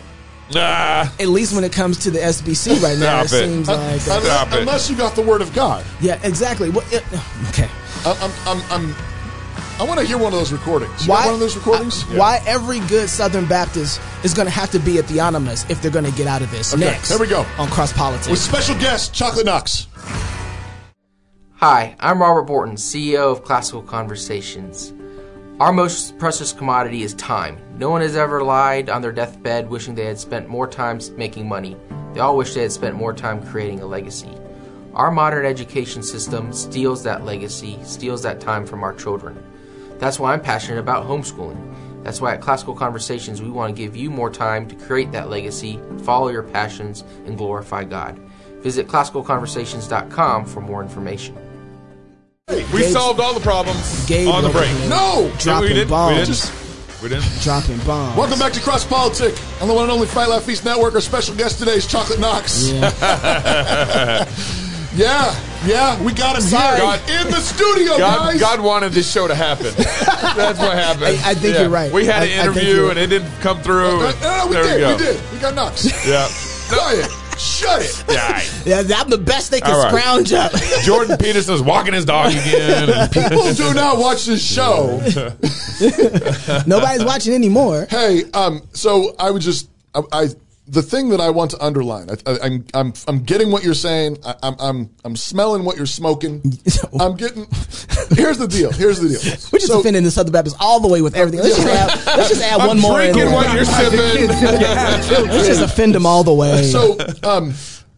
Speaker 1: Nah.
Speaker 2: at least when it comes to the SBC right now, it,
Speaker 1: Stop it.
Speaker 2: seems like.
Speaker 3: Un-
Speaker 1: Stop it.
Speaker 3: Uh, unless you got the word of God. Uh,
Speaker 2: Yeah, exactly. What, it, okay.
Speaker 3: I- I'm, I'm, I'm, um, I want to hear one of those recordings. You got one of those recordings?
Speaker 2: uh, Why every good Southern Baptist is going to have to be at the Animus if they're going to get out of this.
Speaker 3: Okay,
Speaker 2: Next,
Speaker 3: here we go.
Speaker 2: on cross
Speaker 3: With
Speaker 2: politics.
Speaker 3: special guest Chocolate Knox.
Speaker 12: Hi, I'm Robert Borton, CEO of Classical Conversations. Our most precious commodity is time. No one has ever lied on their deathbed wishing they had spent more time making money. They all wish they had spent more time creating a legacy. Our modern education system steals that legacy, steals that time from our children. That's why I'm passionate about homeschooling. That's why at Classical Conversations we want to give you more time to create that legacy, follow your passions, and glorify God. Visit classicalconversations.com for more information.
Speaker 1: We solved all the problems
Speaker 2: Gabe
Speaker 1: on the break.
Speaker 2: Wilkerson.
Speaker 3: No!
Speaker 1: Yeah, we
Speaker 2: Dropping
Speaker 1: didn't. We
Speaker 2: bombs.
Speaker 1: didn't. We didn't.
Speaker 2: Dropping bombs.
Speaker 3: Welcome back to Cross Politic on the one and only Fight Left Feast Network. Our special guest today is Chocolate Knox. Yeah, yeah, we got him
Speaker 1: Sorry.
Speaker 3: here
Speaker 1: God-
Speaker 3: in the studio,
Speaker 1: God,
Speaker 3: guys.
Speaker 1: God wanted this show to happen. That's what happened.
Speaker 2: I- I think you're right.
Speaker 1: We had
Speaker 2: I-
Speaker 1: an
Speaker 2: I think
Speaker 1: interview
Speaker 2: you're-
Speaker 1: and it didn't come through.
Speaker 3: No,
Speaker 1: and
Speaker 3: no, Uh, we
Speaker 1: there
Speaker 3: did,
Speaker 1: we go.
Speaker 3: we did. We got Knox.
Speaker 1: Yeah.
Speaker 3: Shut it. Shut it.
Speaker 1: Yeah.
Speaker 2: Yeah, I'm the best they can
Speaker 1: All right.
Speaker 2: scrounge up.
Speaker 1: Jordan Peterson's walking his dog again. and Pete-
Speaker 3: People do not watch this show.
Speaker 2: Nobody's watching anymore.
Speaker 3: Hey, um, so I would just, I, I, the thing that I want to underline, I, I, I'm, I'm, I'm getting what you're saying. I, I'm, I'm, I'm smelling what you're smoking. I'm getting. Here's the deal. Here's the deal.
Speaker 2: We're just
Speaker 3: So-
Speaker 2: offending the Southern Baptists all the way with everything. Let's just add, let's just add
Speaker 1: I'm
Speaker 2: one more. in
Speaker 1: drinking
Speaker 2: there.
Speaker 1: what you're sipping.
Speaker 2: Let's just offend them all the way.
Speaker 3: So, um,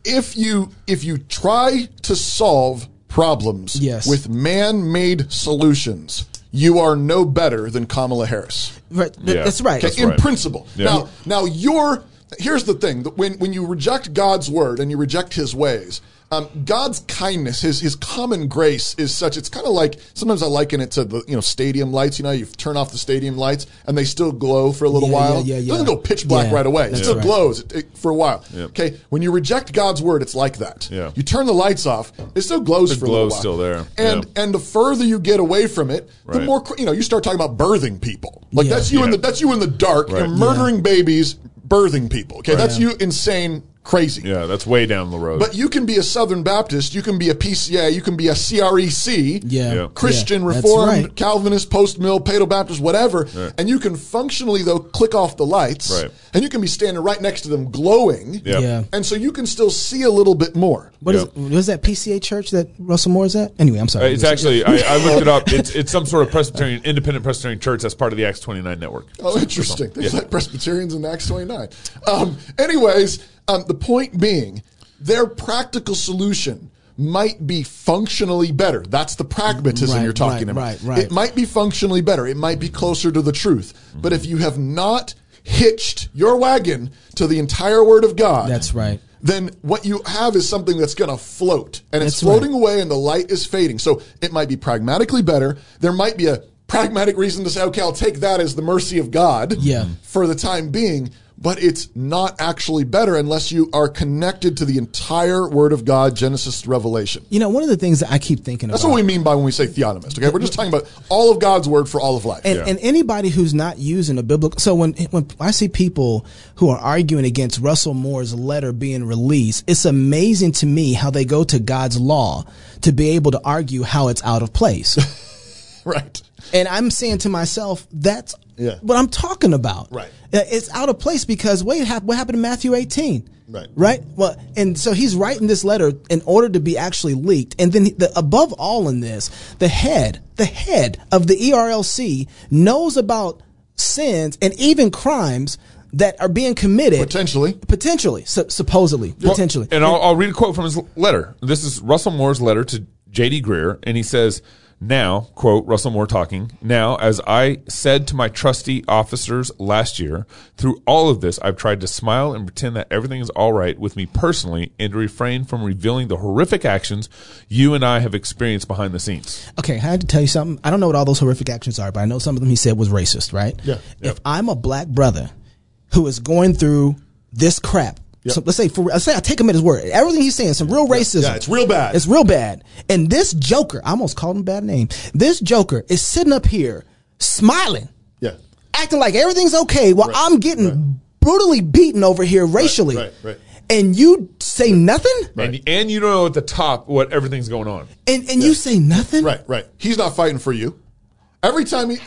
Speaker 3: if you if you try to solve problems
Speaker 2: Yes.
Speaker 3: with man-made solutions, you are no better than Kamala Harris.
Speaker 2: Right, th-
Speaker 1: Yeah.
Speaker 2: that's right.
Speaker 1: That's
Speaker 3: in
Speaker 1: right.
Speaker 3: principle.
Speaker 1: Yeah.
Speaker 3: Now, now you're here's the thing: that when when you reject God's word and you reject His ways, um, God's kindness, His His common grace is such. It's kind of like sometimes I liken it to the you know stadium lights. You know, you turn off the stadium lights and they still glow for a little
Speaker 2: Yeah,
Speaker 3: while.
Speaker 2: yeah, yeah,
Speaker 3: It doesn't
Speaker 2: yeah.
Speaker 3: go pitch black
Speaker 2: Yeah,
Speaker 3: right away. It
Speaker 2: that's
Speaker 3: still
Speaker 2: right.
Speaker 3: glows it, it- for a while.
Speaker 1: Yep.
Speaker 3: Okay, when you reject God's word, it's like that.
Speaker 1: Yeah.
Speaker 3: You turn the lights off, it still glows
Speaker 1: It
Speaker 3: for a little
Speaker 1: glows
Speaker 3: while.
Speaker 1: still there.
Speaker 3: And
Speaker 1: Yeah.
Speaker 3: and the further you get away from it, the
Speaker 1: Right.
Speaker 3: more cr- you know. You start talking about birthing people. Like
Speaker 2: Yeah.
Speaker 3: that's you in
Speaker 1: Yeah.
Speaker 3: the that's you in the dark.
Speaker 1: Right.
Speaker 3: You're murdering babies, birthing people. Okay, that's you insane, crazy.
Speaker 1: yeah, that's way down the road.
Speaker 3: But you can be a Southern Baptist, you can be a PCA, you can be a CREC,
Speaker 2: Yeah.
Speaker 1: Yeah.
Speaker 3: Christian,
Speaker 2: Yeah, that's
Speaker 3: Reformed,
Speaker 2: right.
Speaker 3: Calvinist, Post Mill, Pado Baptist, whatever,
Speaker 1: Right.
Speaker 3: and you can functionally though click off the lights,
Speaker 1: Right.
Speaker 3: and you can be standing right next to them, glowing,
Speaker 1: Yeah.
Speaker 2: Yeah.
Speaker 3: and so you can still see a little bit more.
Speaker 2: What is
Speaker 1: Yeah.
Speaker 2: what is that PCA church that Russell Moore is at? Anyway, I'm
Speaker 1: Uh,
Speaker 2: sorry.
Speaker 1: It's actually I, I looked it up. It's it's some sort of Presbyterian, independent Presbyterian church that's part of the Acts 29 network.
Speaker 3: Oh, interesting. There's like Presbyterians in Acts 29. Um, anyways, um, the point being, their practical solution might be functionally better. That's the pragmatism
Speaker 2: Right,
Speaker 3: you're talking
Speaker 2: right,
Speaker 3: about.
Speaker 2: right, right.
Speaker 3: It might be functionally better. It might be closer to the truth. But if you have not hitched your wagon to the entire word of God,
Speaker 2: That's right.
Speaker 3: then what you have is something that's going to float and it's
Speaker 2: That's right.
Speaker 3: floating away and the light is fading. So it might be pragmatically better. There might be a pragmatic reason to say, okay, I'll take that as the mercy of God
Speaker 2: Yeah.
Speaker 3: for the time being, but it's not actually better unless you are connected to the entire word of God, Genesis to Revelation.
Speaker 2: You know, one of the things that I keep thinking
Speaker 3: That's
Speaker 2: about.
Speaker 3: what we mean by when we say theonomist. Okay, we're just talking about all of God's word for all of life.
Speaker 2: and, and anybody who's not using a biblical so when when I see people who are arguing against Russell Moore's letter being released, it's amazing to me how they go to God's law to be able to argue how it's out of place.
Speaker 3: right.
Speaker 2: and I'm saying to myself, that's
Speaker 3: Yeah.
Speaker 2: what I'm talking about.
Speaker 3: Right.
Speaker 2: Uh, It's out of place because wait, hap- what happened to Matthew 18?
Speaker 3: Right.
Speaker 2: Right. Well, and so he's writing this letter in order to be actually leaked. And then the, above all in this, the head, the head of the E ERLC knows about sins and even crimes that are being committed
Speaker 3: Potentially.
Speaker 2: potentially, su- supposedly, potentially.
Speaker 1: And I'll, I'll read a quote from his letter. This is Russell Moore's letter to J.D. Greer, and he says, "Now, quote Russell Moore talking. Now, as I said to my trustee officers last year, through all of this, I've tried to smile and pretend that everything is all right with me personally, and to refrain from revealing the horrific actions you and I have experienced behind the scenes.
Speaker 2: okay, I had to tell you something. I don't know what all those horrific actions are, but I know some of them he said was racist, right?
Speaker 3: Yeah.
Speaker 2: If I'm a black brother who is going through this crap, so let's say for let's say I take him at his word. Everything he's saying, some real racism.
Speaker 3: Yeah, it's real bad.
Speaker 2: It's real bad. And this Joker, I almost called him a bad name. This Joker is sitting up here smiling,
Speaker 3: Yeah.
Speaker 2: acting like everything's okay, while I'm getting brutally beaten over here racially.
Speaker 3: right, right.
Speaker 2: And you say nothing,
Speaker 1: And and you don't know at the top what everything's going on.
Speaker 2: and and you say nothing.
Speaker 3: Right, right. He's not fighting for you. Every time he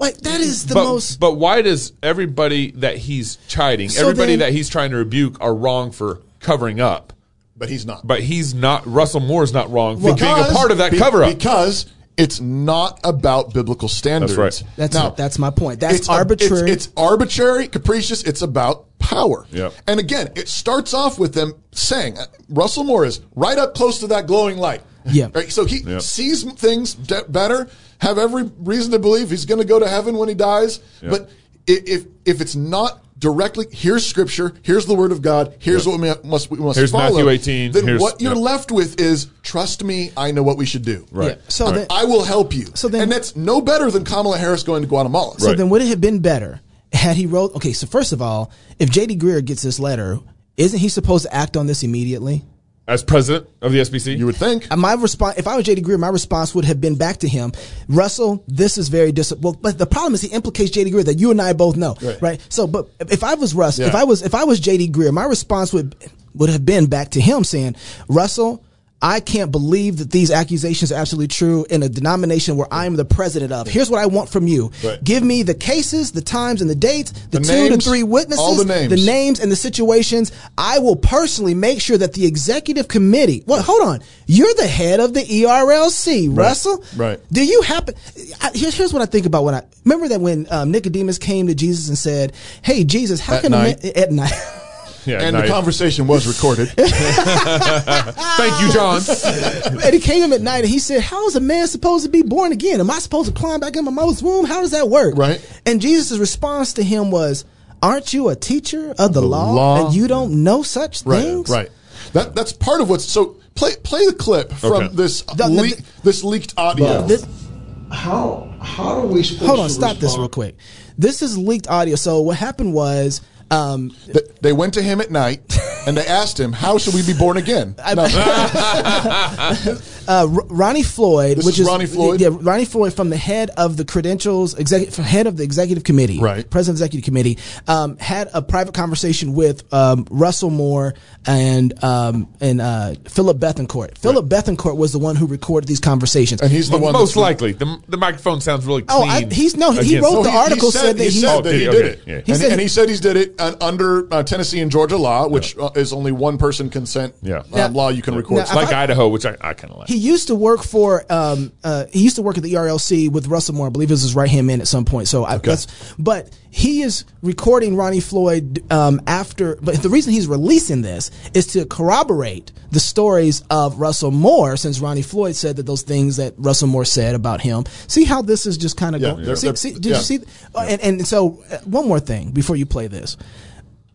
Speaker 2: Like that is the
Speaker 1: but,
Speaker 2: most.
Speaker 1: but why does everybody that he's chiding,
Speaker 2: So
Speaker 1: everybody
Speaker 2: then-
Speaker 1: that he's trying to rebuke, are wrong for covering up?
Speaker 3: but he's not.
Speaker 1: But he's not. Russell Moore's not wrong for being a
Speaker 3: Because-
Speaker 1: part of that
Speaker 3: be-
Speaker 1: cover up.
Speaker 3: because it's not about biblical standards.
Speaker 1: right.
Speaker 2: That's
Speaker 3: Now,
Speaker 2: that's my point. That's
Speaker 3: it's a-
Speaker 2: arbitrary.
Speaker 3: it's, it's arbitrary, capricious. It's about power.
Speaker 1: Yep.
Speaker 3: And again, it starts off with them saying uh, Russell Moore is right up close to that glowing light.
Speaker 2: Yeah.
Speaker 3: Right. So he
Speaker 1: Yep.
Speaker 3: sees things de- better. Have every reason to believe he's going to go to heaven when he dies. But i- if if it's not directly here's scripture, here's the word of God, here's what we mu- must we must
Speaker 1: Here's
Speaker 3: follow.
Speaker 1: Matthew 18,
Speaker 3: Then
Speaker 1: here's-
Speaker 3: what you're
Speaker 1: yep.
Speaker 3: left with is trust me, I know what we should do.
Speaker 1: Right.
Speaker 2: Yeah. So Right. then-
Speaker 3: I will help you.
Speaker 2: So then-
Speaker 3: and that's no better than Kamala Harris going to Guatemala.
Speaker 2: So then would it have been better had he wrote okay, so first of all, if JD Greer gets this letter, isn't he supposed to act on this immediately?
Speaker 1: As president of the SBC,
Speaker 3: You would think.
Speaker 2: And My response, if I was JD Greer, my response would have been back to him, Russell. This is very dis. Well, but the problem is he implicates JD Greer that you and I both know,
Speaker 3: Right.
Speaker 2: right? So, but if I was Russ, if
Speaker 3: Yeah.
Speaker 2: I was if I was JD Greer, my response would would have been back to him saying, Russell. I can't believe that these accusations are absolutely true in a denomination where I'm the president of. Here's what I want from you.
Speaker 3: Right.
Speaker 2: Give me the cases, the times, and the dates, the,
Speaker 3: The
Speaker 2: two
Speaker 3: names,
Speaker 2: to three witnesses,
Speaker 3: all the names.
Speaker 2: the names and the situations. I will personally make sure that the executive committee. Well, hold on. You're the head of the E ERLC, Russell.
Speaker 3: right.
Speaker 2: Do you happen? I, here's, here's what I think about when I remember that when um, Nicodemus came to Jesus and said, "Hey, Jesus, how
Speaker 3: At
Speaker 2: can
Speaker 3: night.
Speaker 2: a man at night?"
Speaker 1: yeah,
Speaker 3: and
Speaker 1: nice.
Speaker 3: the conversation was recorded.
Speaker 1: Thank you, John.
Speaker 2: and he came him at night and he said, How is a man supposed to be born again? Am I supposed to climb back in my mother's womb? How does that work?
Speaker 3: Right.
Speaker 2: And Jesus' response to him was, Aren't you a teacher of the, law,
Speaker 3: law.
Speaker 2: and you don't know such
Speaker 3: right,
Speaker 2: things?
Speaker 3: right. That that's part of what's so play play the clip from
Speaker 1: Okay.
Speaker 3: this
Speaker 2: The- the-
Speaker 3: leak this leaked audio.
Speaker 2: This,
Speaker 11: How how are we supposed
Speaker 2: hold on,
Speaker 11: to
Speaker 2: stop this
Speaker 11: respond?
Speaker 2: real quick. This is leaked audio. So what happened was, um,
Speaker 3: Th- they went to him at night and they asked him, "How should we be born again?" No.
Speaker 2: uh, R- Ronnie Floyd,
Speaker 3: This
Speaker 2: which
Speaker 3: is
Speaker 2: is,
Speaker 3: Ronnie Floyd?
Speaker 2: yeah, Ronnie Floyd from the head of the credentials executive head of the executive committee,
Speaker 3: Right.
Speaker 2: president of the executive committee, um, had a private conversation with um, Russell Moore and um, and uh, Philip Bethencourt. Philip Bethencourt was the one who recorded these conversations.
Speaker 3: and he's the one
Speaker 1: Most
Speaker 3: that's-
Speaker 1: likely, the, the microphone sounds really clean.
Speaker 2: Oh, I- he's- no, he
Speaker 1: against-
Speaker 2: wrote
Speaker 3: No,
Speaker 2: the
Speaker 3: he- he
Speaker 2: article said that
Speaker 3: he
Speaker 2: he-
Speaker 3: said
Speaker 2: Oh,
Speaker 3: that
Speaker 1: did
Speaker 3: he
Speaker 1: he?
Speaker 3: did
Speaker 1: Okay.
Speaker 3: it,
Speaker 1: Yeah.
Speaker 3: and,
Speaker 2: He said-
Speaker 3: and he said he's did it uh, under uh, Tennessee and Georgia law, which uh, is only one person consent
Speaker 1: Yeah.
Speaker 3: um,
Speaker 1: Now-
Speaker 3: law you can record.
Speaker 2: now,
Speaker 1: It's like
Speaker 2: I-
Speaker 1: Idaho, which I, I kind of like.
Speaker 2: He used to work for um, uh, he used to work at the ERLC with Russell Moore. I believe this was his right hand man at some point. So I, that's but he is recording Ronnie Floyd um, after. But the reason he's releasing this is to corroborate the stories of Russell Moore, since Ronnie Floyd said that those things that Russell Moore said about him. See how this is just kind of
Speaker 3: Yeah,
Speaker 2: going.
Speaker 3: they're-
Speaker 2: see,
Speaker 3: they're-
Speaker 2: see- did
Speaker 3: yeah.
Speaker 2: you see? uh, and and so uh, one more thing before you play this.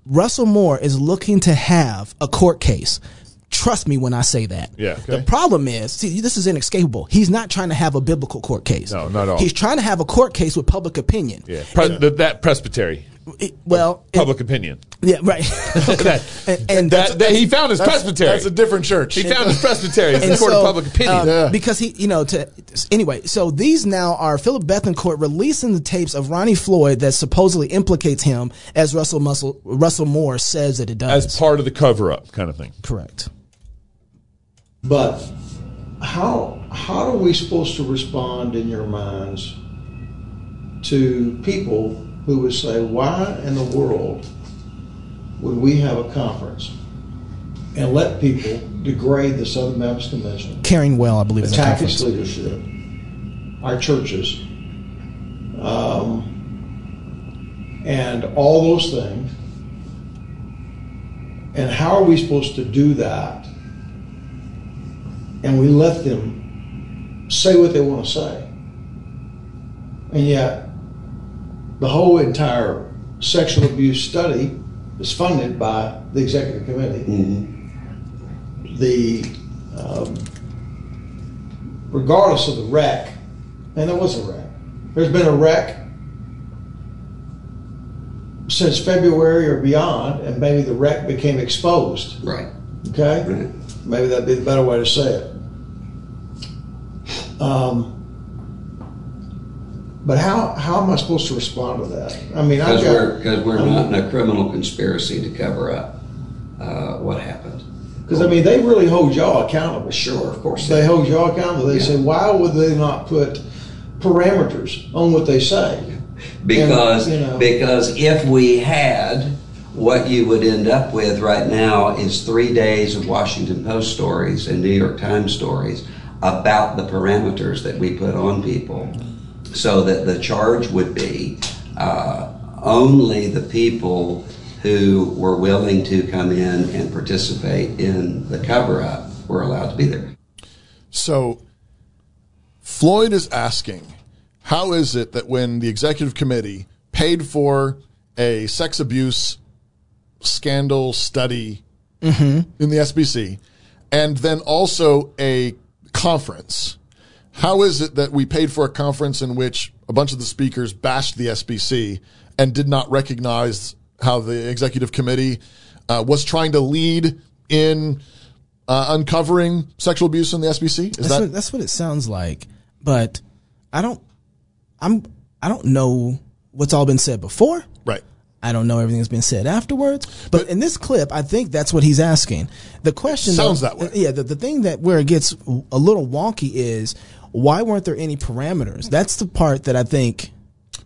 Speaker 2: Russell Moore is looking to have a court case. Trust me when I say that.
Speaker 1: Yeah.
Speaker 2: The problem is, see, this is inescapable. He's not trying to have a biblical court case.
Speaker 1: No, not at all.
Speaker 2: He's trying to have a court case with public opinion.
Speaker 1: Yeah. Pre- th- that presbytery.
Speaker 2: well,
Speaker 1: public opinion.
Speaker 2: Yeah, right.
Speaker 1: that,
Speaker 2: and,
Speaker 1: that, that he found his
Speaker 3: That's-
Speaker 1: presbytery.
Speaker 3: that's a different church.
Speaker 1: He found his presbytery. It's the court of public opinion.
Speaker 2: um, Because he, you know, to anyway. So these now are Philip Bethencourt releasing the tapes of Ronnie Floyd that supposedly implicates him, as Russell Muscle, Russell Moore says that it does.
Speaker 1: as part of the cover up kind of thing.
Speaker 2: Correct.
Speaker 11: But how how are we supposed to respond in your minds to people who would say, "Why in the world would we have a conference and let people degrade the Southern Baptist Convention,
Speaker 2: Caring well, I believe. is the
Speaker 11: attack
Speaker 2: conference.
Speaker 11: its leadership, our churches, um, and all those things?" And how are we supposed to do that and we let them say what they want to say. And yet, the whole entire sexual abuse study is funded by the executive committee. The um, regardless of the wreck, and there was a wreck. There's been a wreck since February or beyond, and maybe the wreck became exposed.
Speaker 13: Right.
Speaker 11: Okay? Maybe that'd be the better way to say it. Um, but how, how am I supposed to respond to that? I mean, I've
Speaker 13: Because
Speaker 11: got.
Speaker 13: we're, because we're not in a criminal conspiracy to cover up uh, what happened.
Speaker 11: Because, I mean, they really hold y'all accountable.
Speaker 13: Sure, of course.
Speaker 11: They hold y'all accountable. They
Speaker 13: Yeah.
Speaker 11: say, why would they not put parameters on what they say?
Speaker 13: Because,
Speaker 11: And, you know-
Speaker 13: because if we had, what you would end up with right now is three days of Washington Post stories and New York Times stories about the parameters that we put on people. So that the charge would be uh, only the people who were willing to come in and participate in the cover up were allowed to be there.
Speaker 3: So Floyd is asking, how is it that when the executive committee paid for a sex abuse scandal study in the SBC and then also a conference, how is it that we paid for a conference in which a bunch of the speakers bashed the SBC and did not recognize how the executive committee uh, was trying to lead in uh, uncovering sexual abuse in the SBC? Is
Speaker 2: that's,
Speaker 3: that
Speaker 2: what, that's what it sounds like. But I don't, I'm, I don't know what's all been said before.
Speaker 3: Right.
Speaker 2: I don't know everything that's been said afterwards. But, in this clip, I think that's what he's asking. The question
Speaker 3: Sounds
Speaker 2: though-
Speaker 3: that way.
Speaker 2: Yeah. The, the thing that where it gets a little wonky is why weren't there any parameters? That's the part that I think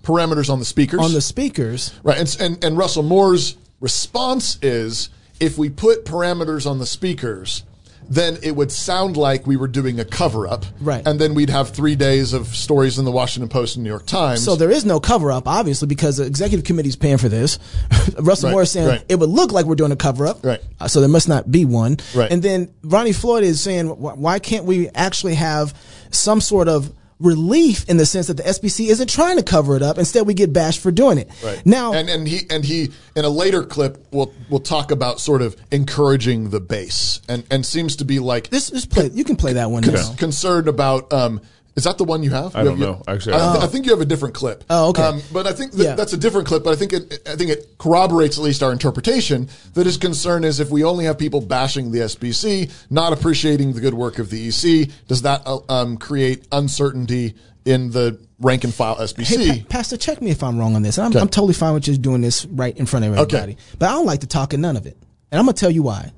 Speaker 3: parameters on the speakers?
Speaker 2: on the speakers.
Speaker 3: Right. And, and, and Russell Moore's response is if we put parameters on the speakers, then it would sound like we were doing a cover up.
Speaker 2: Right.
Speaker 3: And then we'd have three days of stories in the Washington Post and New York Times.
Speaker 2: So there is no cover up, obviously, because the executive committee's paying for this. Russell
Speaker 3: Right,
Speaker 2: Moore is saying
Speaker 3: right.
Speaker 2: it would look like we're doing a cover up,
Speaker 3: Right.
Speaker 2: Uh, so there must not be one.
Speaker 3: Right.
Speaker 2: And then Ronnie Floyd is saying, "Wh- why can't we actually have some sort of relief in the sense that the SBC isn't trying to cover it up? Instead, we get bashed for doing it.
Speaker 3: Right.
Speaker 2: Now,
Speaker 3: and and he and he in a later clip we'll we'll talk about sort of encouraging the base and and seems to be like
Speaker 2: this is play. You can play that one.
Speaker 3: cons-
Speaker 2: now.
Speaker 3: concerned about um is that the one you have?
Speaker 1: I
Speaker 3: You
Speaker 1: don't
Speaker 3: have-
Speaker 1: know.
Speaker 3: you-
Speaker 1: Actually, I
Speaker 3: I,
Speaker 1: don't
Speaker 3: th-
Speaker 1: know.
Speaker 3: I think you have a different clip. Um,
Speaker 1: Oh, okay.
Speaker 3: but I think that,
Speaker 1: Yeah.
Speaker 3: that's a different clip. But I think it, I think it corroborates at least our interpretation that his concern is if we only have people bashing the SBC, not appreciating the good work of the EC, does that uh, um, create uncertainty in the rank and file SBC?
Speaker 2: Hey, Pa- Pastor, check me if I'm wrong on this. I'm, I'm totally fine with just doing this right in front of everybody. But I don't like to talk of none of it. And I'm going to tell you why.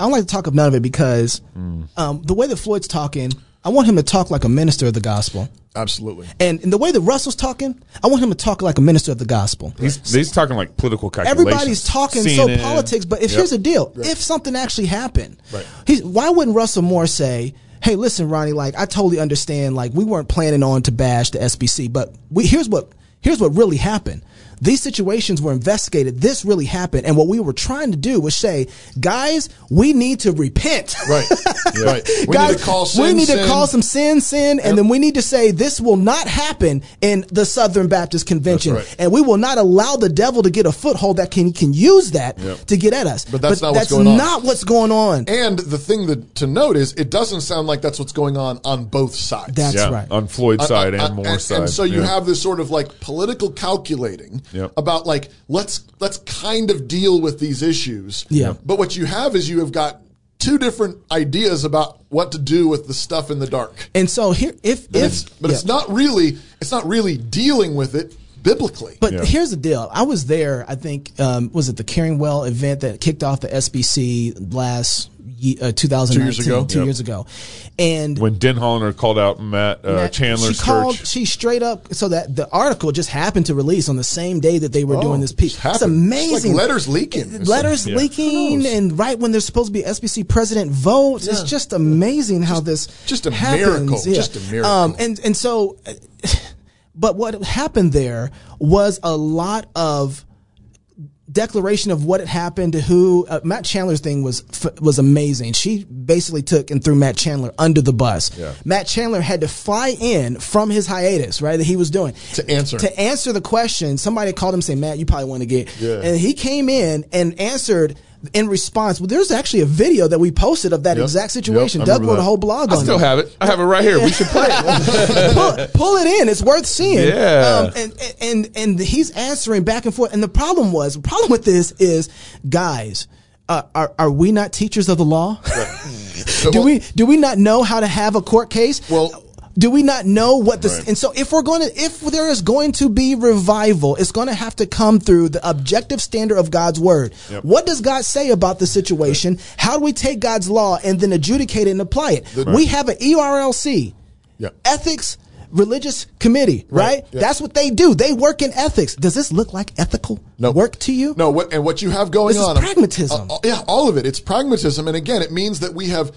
Speaker 2: I don't like to talk of none of it because um, the way that Floyd's talking, I want him to talk like a minister of the gospel.
Speaker 3: Absolutely.
Speaker 2: And, and the way that Russell's talking, I want him to talk like a minister of the gospel.
Speaker 1: He's, he's talking like political calculations.
Speaker 2: Everybody's talking so
Speaker 1: CNN.
Speaker 2: politics, but if
Speaker 1: Yep.
Speaker 2: here's the deal, if something actually happened,
Speaker 1: Right.
Speaker 2: he's, why wouldn't Russell Moore say, hey, listen, Ronnie, like I totally understand. Like we weren't planning on to bash the SBC, but we here's what here's what really happened. These situations were investigated. This really happened, and what we were trying to do was say, guys, we need to repent.
Speaker 3: Right, right. We
Speaker 2: guys,
Speaker 3: need to call sin.
Speaker 2: we need
Speaker 3: sin.
Speaker 2: to call some sin, sin, and then we need to say this will not happen in the Southern Baptist Convention,
Speaker 3: That's right.
Speaker 2: and we will not allow the devil to get a foothold that can can use that
Speaker 3: Yep.
Speaker 2: to get at us.
Speaker 3: But that's not what's going on.
Speaker 2: not what's going on.
Speaker 3: And the thing that, to note is, it doesn't sound like that's what's going on on both sides.
Speaker 2: That's
Speaker 1: Yeah,
Speaker 2: right.
Speaker 1: On Floyd's
Speaker 3: Uh,
Speaker 1: side
Speaker 3: uh,
Speaker 1: and Moore's
Speaker 3: and,
Speaker 1: side.
Speaker 3: And so you
Speaker 1: Yeah.
Speaker 3: have this sort of like political calculating
Speaker 1: Yep.
Speaker 3: about like let's let's kind of deal with these issues.
Speaker 2: Yeah.
Speaker 3: But what you have is you have got two different ideas about what to do with the stuff in the dark.
Speaker 2: And so here, if
Speaker 3: But
Speaker 2: if
Speaker 3: it's but it's
Speaker 2: yeah.
Speaker 3: not really it's not really dealing with it biblically.
Speaker 2: But here's the deal. I was there. I think um, was it the Caringwell event that kicked off the SBC last ye- uh, 2019,
Speaker 1: Two years ago.
Speaker 2: two
Speaker 1: Yep.
Speaker 2: years ago, and
Speaker 1: when Den Hollander called out Matt uh,
Speaker 2: Matt-
Speaker 1: Chandler's
Speaker 2: she called.
Speaker 1: church.
Speaker 2: She straight up. So that the article just happened to release on the same day that they were
Speaker 3: Oh,
Speaker 2: doing this
Speaker 3: just
Speaker 2: piece. It's
Speaker 3: happened. It's like
Speaker 2: amazing.
Speaker 3: letters leaking.
Speaker 2: It- Letters
Speaker 3: Yeah. Who
Speaker 2: leaking,
Speaker 3: knows?
Speaker 2: and right when there's supposed to be SBC president vote. It's just amazing how this
Speaker 3: just a
Speaker 2: happens.
Speaker 3: miracle.
Speaker 2: Yeah.
Speaker 3: Just a miracle.
Speaker 2: Um, and and so, but what happened there was a lot of declaration of what had happened to who uh, Matt Chandler's thing was f- was amazing. She basically took and threw Matt Chandler under the bus.
Speaker 3: Yeah.
Speaker 2: Matt Chandler had to fly in from his hiatus, right? That he was doing
Speaker 3: To answer.
Speaker 2: to answer the question. Somebody called him saying, "Matt, you probably want to get,"
Speaker 3: Yeah.
Speaker 2: and he came in and answered. In response, well, there's actually a video that we posted of that
Speaker 1: Yep.
Speaker 2: exact
Speaker 1: Yep,
Speaker 2: situation.
Speaker 1: I
Speaker 2: Doug
Speaker 1: remember
Speaker 2: wrote a
Speaker 1: that.
Speaker 2: whole blog
Speaker 1: I
Speaker 2: on
Speaker 1: still
Speaker 2: it.
Speaker 1: have it. I have it right here. We should play it.
Speaker 2: pull, pull it in. It's worth seeing.
Speaker 1: Yeah.
Speaker 2: Um, and, and and he's answering back and forth. And the problem was, the problem with this is, guys, uh, are are we not teachers of the law? do we do we not know how to have a court case?
Speaker 3: Well.
Speaker 2: Do we not know what this?
Speaker 3: Right.
Speaker 2: And so, if we're going to, if there is going to be revival, it's going to have to come through the objective standard of God's word.
Speaker 3: Yep.
Speaker 2: What does God say about the situation? How do we take God's law and then adjudicate it and apply it?
Speaker 3: The-
Speaker 2: We have an E ERLC
Speaker 3: Yeah.
Speaker 2: ethics religious committee, right?
Speaker 3: Right, yeah.
Speaker 2: That's what they do. They work in ethics. Does this look like ethical
Speaker 3: No.
Speaker 2: work to you?
Speaker 3: No, what, and what you have going
Speaker 2: This is
Speaker 3: on
Speaker 2: pragmatism.
Speaker 3: uh, uh, yeah, all of it. It's pragmatism, and again, it means that we have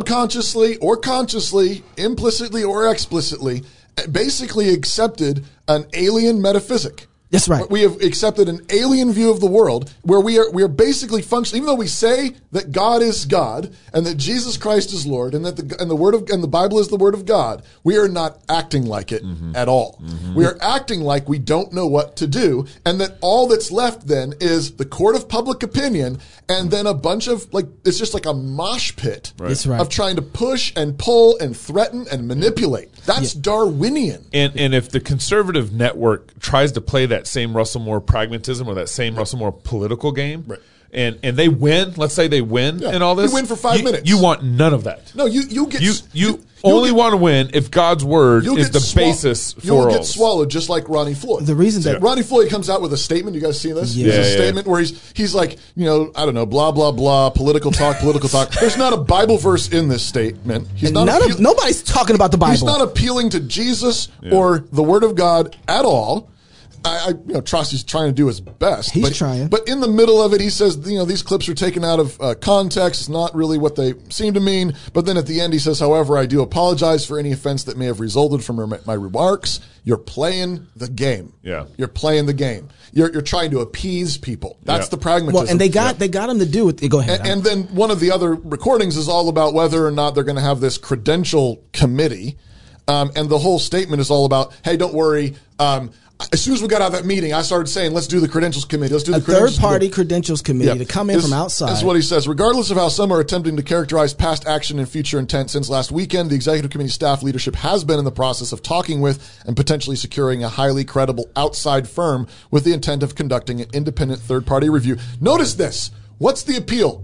Speaker 3: subconsciously or consciously, implicitly or explicitly, uh, basically accepted an alien metaphysic.
Speaker 2: That's right.
Speaker 3: We have accepted an alien view of the world where we are we are basically functioning. Even though we say that God is God and that Jesus Christ is Lord and that the and the word of and the Bible is the word of God, we are not acting like it
Speaker 1: Mm-hmm.
Speaker 3: at all. We are acting like we don't know what to do, and that all that's left then is the court of public opinion, and then a bunch of like it's just like a mosh pit
Speaker 2: That's right.
Speaker 3: of trying to push and pull and threaten and manipulate. That's Darwinian.
Speaker 1: And and if the conservative network tries to play that same Russell Moore pragmatism or that same Russell Moore political game, and and they win, let's say they win
Speaker 3: Yeah.
Speaker 1: and all this,
Speaker 3: You win for five
Speaker 1: you-
Speaker 3: minutes.
Speaker 1: You want none of that.
Speaker 3: No, you you get
Speaker 1: you
Speaker 3: s-
Speaker 1: you,
Speaker 3: you'll
Speaker 1: only
Speaker 3: get-
Speaker 1: want to win if God's word
Speaker 3: You'll
Speaker 1: is
Speaker 3: get
Speaker 1: the
Speaker 3: swa-
Speaker 1: basis for
Speaker 3: You'll
Speaker 1: all.
Speaker 3: get
Speaker 1: this.
Speaker 3: swallowed just like Ronnie Floyd.
Speaker 2: The reason that-
Speaker 3: Ronnie Floyd comes out with a statement. You guys seen this?
Speaker 2: Yeah.
Speaker 3: It's a
Speaker 1: Yeah, yeah.
Speaker 3: statement where he's he's like, you know, I don't know, blah blah blah, political talk, political talk. There's not a Bible verse in this statement. He's not
Speaker 2: None
Speaker 3: appeal-
Speaker 2: of, nobody's talking about the Bible.
Speaker 3: He's not appealing to Jesus or the Word of God at all. I, I you know, Trotsky's trying to do his best.
Speaker 2: He's
Speaker 3: but,
Speaker 2: trying.
Speaker 3: but in the middle of it, he says, you know, these clips are taken out of uh, context. It's not really what they seem to mean. But then at the end, he says, however, I do apologize for any offense that may have resulted from my- my remarks. You're playing the game.
Speaker 1: Yeah.
Speaker 3: you're playing the game. You're you're trying to appease people. That's
Speaker 1: Yeah.
Speaker 3: the pragmatism.
Speaker 2: well, and they got
Speaker 3: Yeah.
Speaker 2: they got him to do it. Go ahead.
Speaker 3: And, and then one of the other recordings is all about whether or not they're going to have this credential committee. Um, and the whole statement is all about, hey, don't worry. Um, as soon as we got out of that meeting, I started saying, let's do the credentials committee. Let's do the
Speaker 2: a
Speaker 3: credentials
Speaker 2: third party
Speaker 3: committee."
Speaker 2: credentials committee
Speaker 3: Yeah.
Speaker 2: to come in
Speaker 3: This-
Speaker 2: from outside.
Speaker 3: This is what he says. Regardless of how some are attempting to characterize past action and future intent since last weekend, the executive committee staff leadership has been in the process of talking with and potentially securing a highly credible outside firm with the intent of conducting an independent third party review. Notice this. What's the appeal?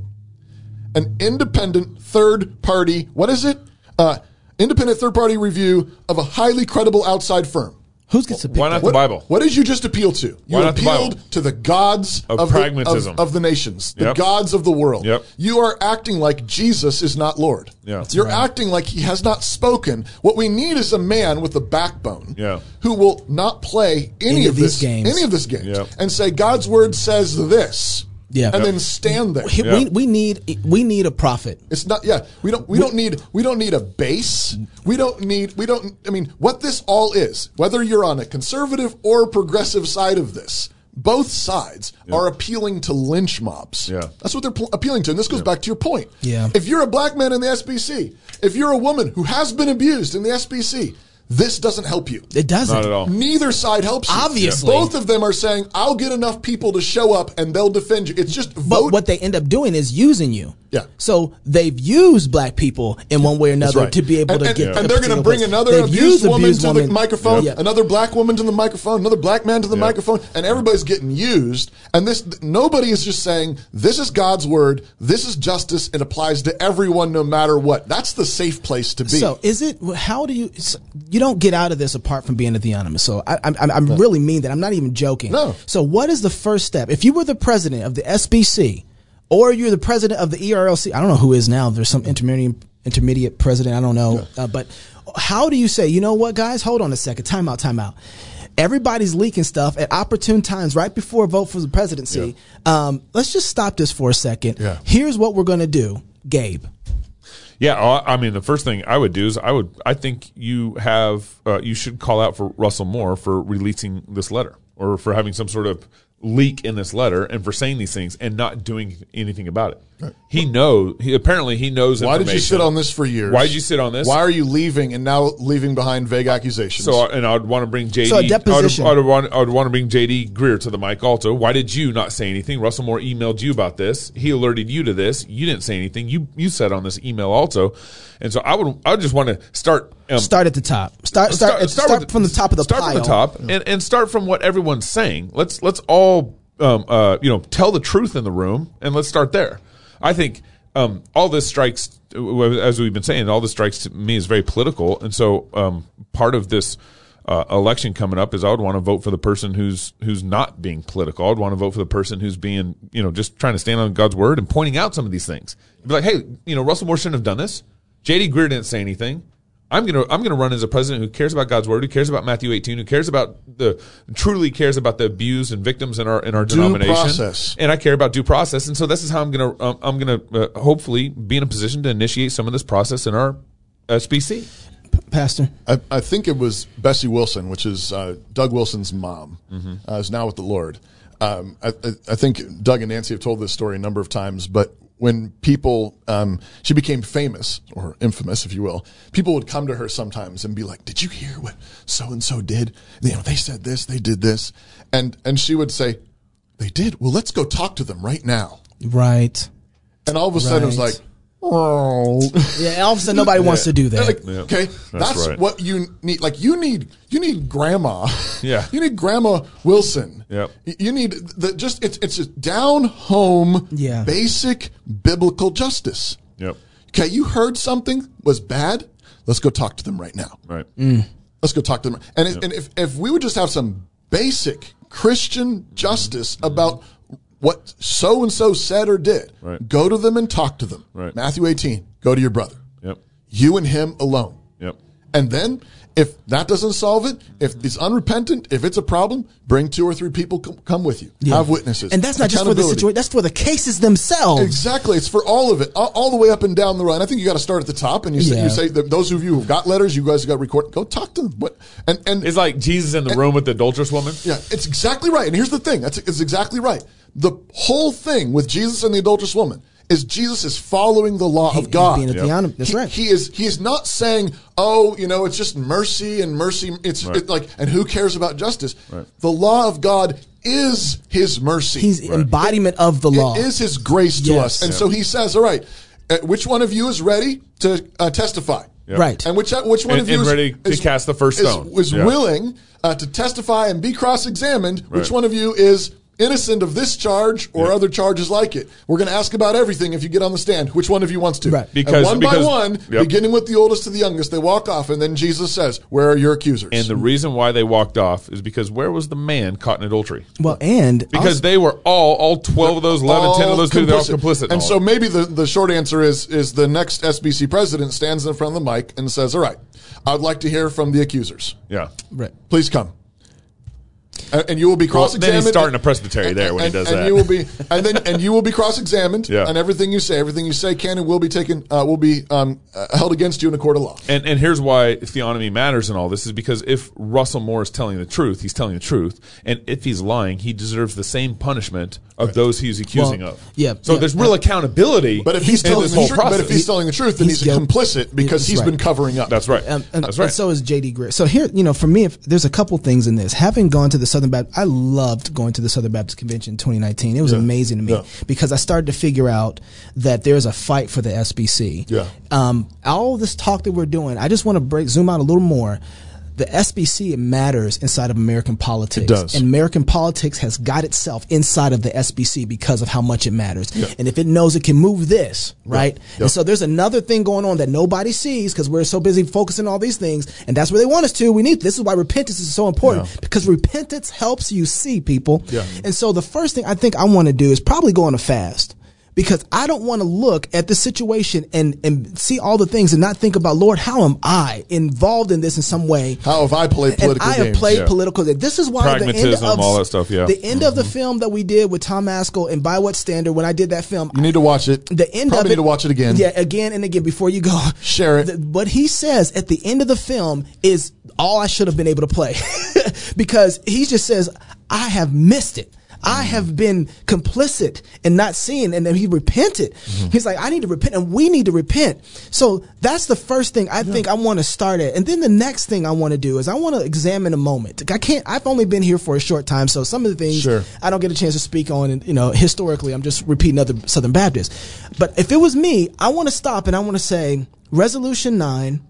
Speaker 3: An independent third party, what is it? Uh, independent third party review of a highly credible outside firm.
Speaker 2: Who's gets to pick
Speaker 1: Why not
Speaker 2: that?
Speaker 1: the Bible?
Speaker 3: What did you just appeal to? You
Speaker 1: Why not the Bible?
Speaker 3: appealed to the gods
Speaker 1: Of
Speaker 3: the-
Speaker 1: pragmatism.
Speaker 3: of, of the nations, the
Speaker 1: Yep.
Speaker 3: gods of the world.
Speaker 1: Yep.
Speaker 3: You are acting like Jesus is not Lord.
Speaker 1: Yeah. That's
Speaker 3: You're acting like he has not spoken. What we need is a man with a backbone
Speaker 1: Yeah.
Speaker 3: who will not play any,
Speaker 2: Any
Speaker 3: of
Speaker 2: of these
Speaker 3: this,
Speaker 2: games.
Speaker 3: Any of this game
Speaker 1: Yep.
Speaker 3: and say God's word says this.
Speaker 2: Yeah.
Speaker 3: and then stand there.
Speaker 2: We, we, we need we need a prophet.
Speaker 3: It's not. Yeah, we don't. We, don't need. We don't need a base. We don't need. We don't. I mean, what this all is, whether you're on a conservative or progressive side of this, both sides are appealing to lynch mobs. Yeah, that's what they're pl- appealing to. And this goes back to your point.
Speaker 2: Yeah.
Speaker 3: If you're a black man in the SBC, if you're a woman who has been abused in the SBC. This doesn't help you.
Speaker 2: It doesn't.
Speaker 1: Not at all.
Speaker 3: Neither side helps you.
Speaker 2: Obviously.
Speaker 3: Both of them are saying, I'll get enough people to show up and they'll defend you. It's just
Speaker 2: But
Speaker 3: vote.
Speaker 2: what they end up doing is using you.
Speaker 3: Yeah.
Speaker 2: So they've used black people in one way or another
Speaker 3: right.
Speaker 2: to be able
Speaker 3: and,
Speaker 2: to
Speaker 3: and-
Speaker 2: get.
Speaker 3: and
Speaker 2: a
Speaker 3: they're going to
Speaker 2: particular
Speaker 3: bring
Speaker 2: place.
Speaker 3: another
Speaker 2: They've
Speaker 3: abused,
Speaker 2: used
Speaker 3: woman
Speaker 2: abused
Speaker 3: to the
Speaker 2: woman.
Speaker 3: microphone,
Speaker 2: Yeah.
Speaker 3: another black woman to the microphone, another black man to the microphone, and everybody's getting used. And this nobody is just saying this is God's word, this is justice, it applies to everyone no matter what. That's the safe place to be.
Speaker 2: So is it? How do you? so You don't get out of this apart from being a theonomist. So I, I'm, I'm- I'm really mean that. I'm not even joking.
Speaker 3: No.
Speaker 2: So what is the first step? If you were the president of the SBC, or you're the president of the E ERLC, I don't know who is now. There's some intermediate intermediate president. I don't know. Uh, but how do you say? You know what, guys? Hold on a second. Time out. Time out. Everybody's leaking stuff at opportune times right before a vote for the presidency. Um, let's just stop this for a second.
Speaker 1: Yeah.
Speaker 2: Here's what we're going to do, Gabe.
Speaker 1: Yeah, I I mean, the first thing I would do is I would I think you have uh, you should call out for Russell Moore for releasing this letter or for having some sort of leak in this letter and for saying these things and not doing anything about it. He knows. He, apparently, he knows.
Speaker 3: why did you
Speaker 1: information.
Speaker 3: sit on this for years?
Speaker 1: Why did you sit on this?
Speaker 3: Why are you leaving and now leaving behind vague accusations?
Speaker 1: So and I'd want to bring JD.
Speaker 2: So a deposition.
Speaker 1: I'd, I'd want, I'd want to bring JD Greer to the mic also. Why did you not say anything? Russell Moore emailed you about this. He alerted you to this. You didn't say anything. You you said on this email also, and so I would I would just want to start um,
Speaker 2: Start at the top. Start start start,
Speaker 1: with
Speaker 2: from the top of the
Speaker 1: start
Speaker 2: pile. Mm.
Speaker 1: from the top and, and start from what everyone's saying. Let's let's all um, uh, you know tell the truth in the room and let's start there. I think um, all this strikes uh, as we've been saying. All this strikes to me is very political, and so um, part of this. Uh, election coming up is I would want to vote for the person who's who's not being political. I'd want to vote for the person who's being you know just trying to stand on God's word and pointing out some of these things. Be like, hey, you know Russell Moore shouldn't have done this. J.D. Greer didn't say anything. I'm gonna I'm gonna run as a president who cares about God's word, who cares about Matthew 18, who cares about the truly cares about the abused and victims in our in our
Speaker 3: Due
Speaker 1: denomination,
Speaker 3: process.
Speaker 1: and I care about due process. And so this is how I'm gonna um, I'm gonna uh, hopefully be in a position to initiate some of this process in our SBC.
Speaker 2: Pastor.
Speaker 3: I, I think it was Bessie Wilson, which is uh, Doug Wilson's mom, uh, is now with the Lord. Um, I, I, I think Doug and Nancy have told this story a number of times, but when people, um, she became famous or infamous, if you will, people would come to her sometimes and be like, "Did you hear what so and so did? You know, they said this, they did this," and and she would say, "They did. Well, let's go talk to them right now."
Speaker 2: Right.
Speaker 3: And all of a sudden, it was
Speaker 2: Right.
Speaker 3: like, "Oh."
Speaker 2: Yeah, all of a sudden nobody wants to do that.
Speaker 3: Like, Okay, that's,
Speaker 1: right.
Speaker 3: what you need. Like you need you need grandma.
Speaker 1: Yeah.
Speaker 3: you need Grandma Wilson.
Speaker 1: Yep.
Speaker 3: Y- You need the just it's it's just down home.
Speaker 2: Yeah.
Speaker 3: Basic biblical justice.
Speaker 1: Yep.
Speaker 3: Okay, you heard something was bad. Let's go talk to them right now.
Speaker 1: Right.
Speaker 3: Let's go talk to them. And, it- and if if we would just have some basic Christian justice about what so and so said or did,
Speaker 1: Right.
Speaker 3: go to them and talk to them.
Speaker 1: Right.
Speaker 3: Matthew eighteen. Go to your brother.
Speaker 1: Yep.
Speaker 3: You and him alone.
Speaker 1: Yep.
Speaker 3: And then, if that doesn't solve it, if it's unrepentant, if it's a problem, bring two or three people come, come with you. Have witnesses.
Speaker 2: And that's not just for the
Speaker 3: Accountability.
Speaker 2: situation, that's for the cases themselves.
Speaker 3: Exactly. It's for all of it, all, all the way up and down the road. And I think you got to start at the top. And you say,
Speaker 2: Yeah.
Speaker 3: you say that those of you who've got letters, you guys got record. Go talk to them. What? And and
Speaker 1: It's like Jesus in the room with the adulterous woman.
Speaker 3: yeah, it's exactly right. And here's the thing. That's it's exactly right. The whole thing with Jesus and the adulterous woman is Jesus is following the law of God.
Speaker 2: being a Yep. theonom- that's
Speaker 3: He-
Speaker 2: right.
Speaker 3: He is he is not saying, "Oh, you know, it's just mercy and mercy it's
Speaker 1: Right.
Speaker 3: it, like and who cares about justice?" The law of God is his mercy.
Speaker 2: He's embodiment of the law.
Speaker 3: It is his grace to
Speaker 2: Yes.
Speaker 3: us. And so he says, "All right, uh, which one of you is ready to uh, testify?"
Speaker 1: Yep.
Speaker 2: Right.
Speaker 3: And which uh, which one
Speaker 1: And-
Speaker 3: of you
Speaker 1: and
Speaker 3: is
Speaker 1: ready to
Speaker 3: is-
Speaker 1: cast the first
Speaker 3: is-
Speaker 1: stone.
Speaker 3: Is
Speaker 1: Yeah.
Speaker 3: willing uh, to testify and be cross-examined. Which
Speaker 1: Right.
Speaker 3: one of you is innocent of this charge or other charges like it? We're going to ask about everything if you get on the stand. Which one of you wants to?
Speaker 2: Right.
Speaker 3: And
Speaker 1: Because-
Speaker 3: one by
Speaker 1: because-
Speaker 3: one,
Speaker 1: yep.
Speaker 3: beginning with the oldest to the youngest, they walk off, and then Jesus says, "Where are your accusers?"
Speaker 1: And the reason why they walked off is because where was the man caught in adultery?
Speaker 2: Well, and
Speaker 1: Because they were all all twelve of those, 11, 10 of those, two, they're all complicit. in
Speaker 3: And
Speaker 1: all
Speaker 3: so
Speaker 1: of it.
Speaker 3: maybe the, the short answer is is the next SBC president stands in front of the mic and says, "All right, I'd like to hear from the accusers.
Speaker 1: yeah,
Speaker 2: right.
Speaker 3: Please come." and, and you will be
Speaker 1: Well,
Speaker 3: cross
Speaker 1: then he's
Speaker 3: examined.
Speaker 1: starting a presbytery there when he
Speaker 3: and,
Speaker 1: does
Speaker 3: and
Speaker 1: that.
Speaker 3: You will be, and then and you will be cross examined.
Speaker 1: Yeah.
Speaker 3: And everything you say, everything you say, can and will be taken, uh, will be um, uh, held against you in a court of law.
Speaker 1: And and here's why theonomy matters in all this is because if Russell Moore is telling the truth, he's telling the truth, and if he's lying, he deserves the same punishment of those he's accusing
Speaker 2: Well,
Speaker 1: of.
Speaker 2: yeah,
Speaker 1: So
Speaker 2: yeah.
Speaker 1: there's real accountability.
Speaker 3: But if he's
Speaker 1: in
Speaker 3: telling
Speaker 1: this
Speaker 3: the
Speaker 1: whole
Speaker 3: truth- but
Speaker 1: process.
Speaker 3: if he's telling the truth, then he's
Speaker 2: guilty.
Speaker 3: complicit because
Speaker 2: That's
Speaker 3: he's been
Speaker 2: right.
Speaker 3: covering up.
Speaker 1: That's right.
Speaker 2: Um, and,
Speaker 1: That's right.
Speaker 2: and so is JD Greer. So here, you know, for me, if there's a couple things in this. Having gone to the Southern Baptist, I loved going to the Southern Baptist Convention in 2019. It was
Speaker 3: Yeah.
Speaker 2: amazing to me
Speaker 3: Yeah.
Speaker 2: because I started to figure out that there's a fight for the SBC.
Speaker 3: Yeah.
Speaker 2: Um, all this talk that we're doing, I just want to break zoom out a little more. The SBC matters inside of American politics.
Speaker 3: It does.
Speaker 2: And American politics has got itself inside of the SBC because of how much it matters.
Speaker 3: Yeah.
Speaker 2: And if it knows it can move this, right?
Speaker 3: Yeah.
Speaker 2: And so there's another thing going on that nobody sees because we're so busy focusing on all these things, and that's where they want us to. We need this is why repentance is so important
Speaker 3: Yeah.
Speaker 2: because repentance helps you see people.
Speaker 3: Yeah.
Speaker 2: And so the first thing I think I want to do is probably go on a fast because I don't want to look at the situation and and see all the things and not think about Lord, how am I involved in this in some way?
Speaker 3: How have I played
Speaker 2: And
Speaker 3: political
Speaker 2: I have
Speaker 3: games?
Speaker 2: played
Speaker 1: Yeah.
Speaker 2: political. This is why the end
Speaker 1: Pragmatism,
Speaker 2: of
Speaker 1: all that stuff, yeah. Mm-hmm.
Speaker 2: the end of the film that we did with Tom Askell and by what standard when I did that film,
Speaker 3: You need to watch it.
Speaker 2: the end
Speaker 3: Probably
Speaker 2: of it,
Speaker 3: need to watch it again.
Speaker 2: Yeah, again and again before you go.
Speaker 3: Share it.
Speaker 2: The- what he says at the end of the film is all I should have been able to play, because he just says, "I have missed it." I have been complicit in not seeing, and then he repented. He's like, I need to repent, and we need to repent. So that's the first thing I think I want to start at. And then the next thing I want to do is I want to examine a moment. I can't, I've only been here for a short time, so some of the things
Speaker 3: Sure.
Speaker 2: I don't get a chance to speak on, and you know, historically, I'm just repeating other Southern Baptists. But if it was me, I want to stop and I want to say, Resolution Nine: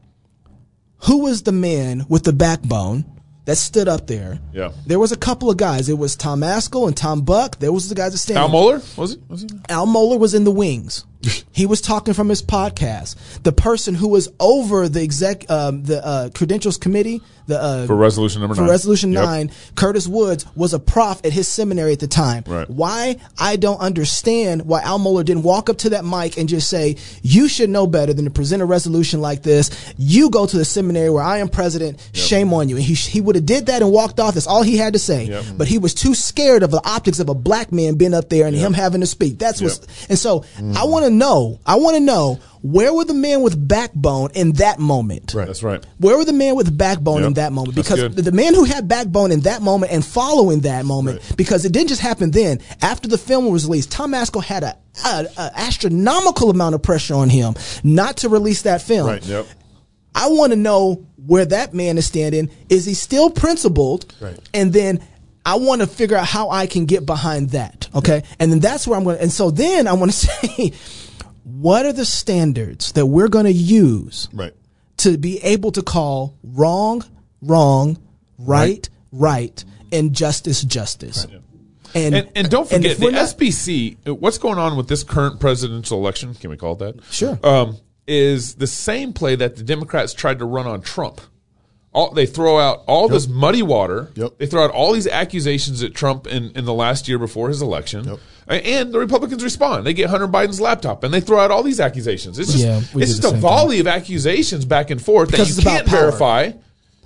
Speaker 2: Who was the man with the backbone that stood up there?
Speaker 1: Yeah.
Speaker 2: there was a couple of guys. It was Tom Askell and Tom Buck. There was the guys that standing.
Speaker 1: Al Mohler was it? Was it?
Speaker 2: Al Mohler was in the wings. he was talking from his podcast. The person who was over the exec, um, the uh, credentials committee, the uh,
Speaker 1: For resolution number
Speaker 2: for
Speaker 1: nine.
Speaker 2: resolution
Speaker 1: Yep.
Speaker 2: nine, Curtis Woods was a prof at his seminary at the time.
Speaker 1: Right.
Speaker 2: Why I don't understand why Al Mohler didn't walk up to that mic and just say, "You should know better than to present a resolution like this. You go to the seminary where I am president. Shame on you." And he he would have did that and walked off. That's all he had to say.
Speaker 1: Yep.
Speaker 2: But he was too scared of the optics of a black man being up there and him having to speak. That's what's
Speaker 1: Yep.
Speaker 2: and so I want to know. I want to know. Where were the men with backbone in that moment?
Speaker 1: That's right.
Speaker 2: Where were the men with backbone
Speaker 1: Yep.
Speaker 2: in that moment?
Speaker 1: That's
Speaker 2: Because
Speaker 1: good.
Speaker 2: the, the man who had backbone in that moment and following that moment, because it didn't just happen then. After the film was released, Tom Askell had a, a, a astronomical amount of pressure on him not to release that film.
Speaker 1: Right. Yep.
Speaker 2: I want to know where that man is standing. Is he still principled?
Speaker 3: Right.
Speaker 2: And then I want to figure out how I can get behind that. Okay. And then that's where I'm going. to And so then I want to say, what are the standards that we're going to use?
Speaker 3: Right.
Speaker 2: to be able to call wrong, wrong, right, right, and justice, justice. And,
Speaker 1: And, and don't forget
Speaker 2: if we're
Speaker 1: the
Speaker 2: not-
Speaker 1: SBC. What's going on with this current presidential election? Can we call it that?
Speaker 2: Sure.
Speaker 1: Um, is the same play that the Democrats tried to run on Trump. All, they throw out all this muddy water.
Speaker 3: Yep.
Speaker 1: They throw out all these accusations at Trump in, in the last year before his election.
Speaker 3: Yep.
Speaker 1: A- And the Republicans respond. They get Hunter Biden's laptop and they throw out all these accusations. It's just
Speaker 2: Yeah, we
Speaker 1: it's
Speaker 2: did
Speaker 1: just
Speaker 2: the
Speaker 1: a
Speaker 2: same
Speaker 1: volley of accusations back and forth
Speaker 2: Because
Speaker 1: that
Speaker 2: it's
Speaker 1: you
Speaker 2: about
Speaker 1: can't
Speaker 2: power.
Speaker 1: verify.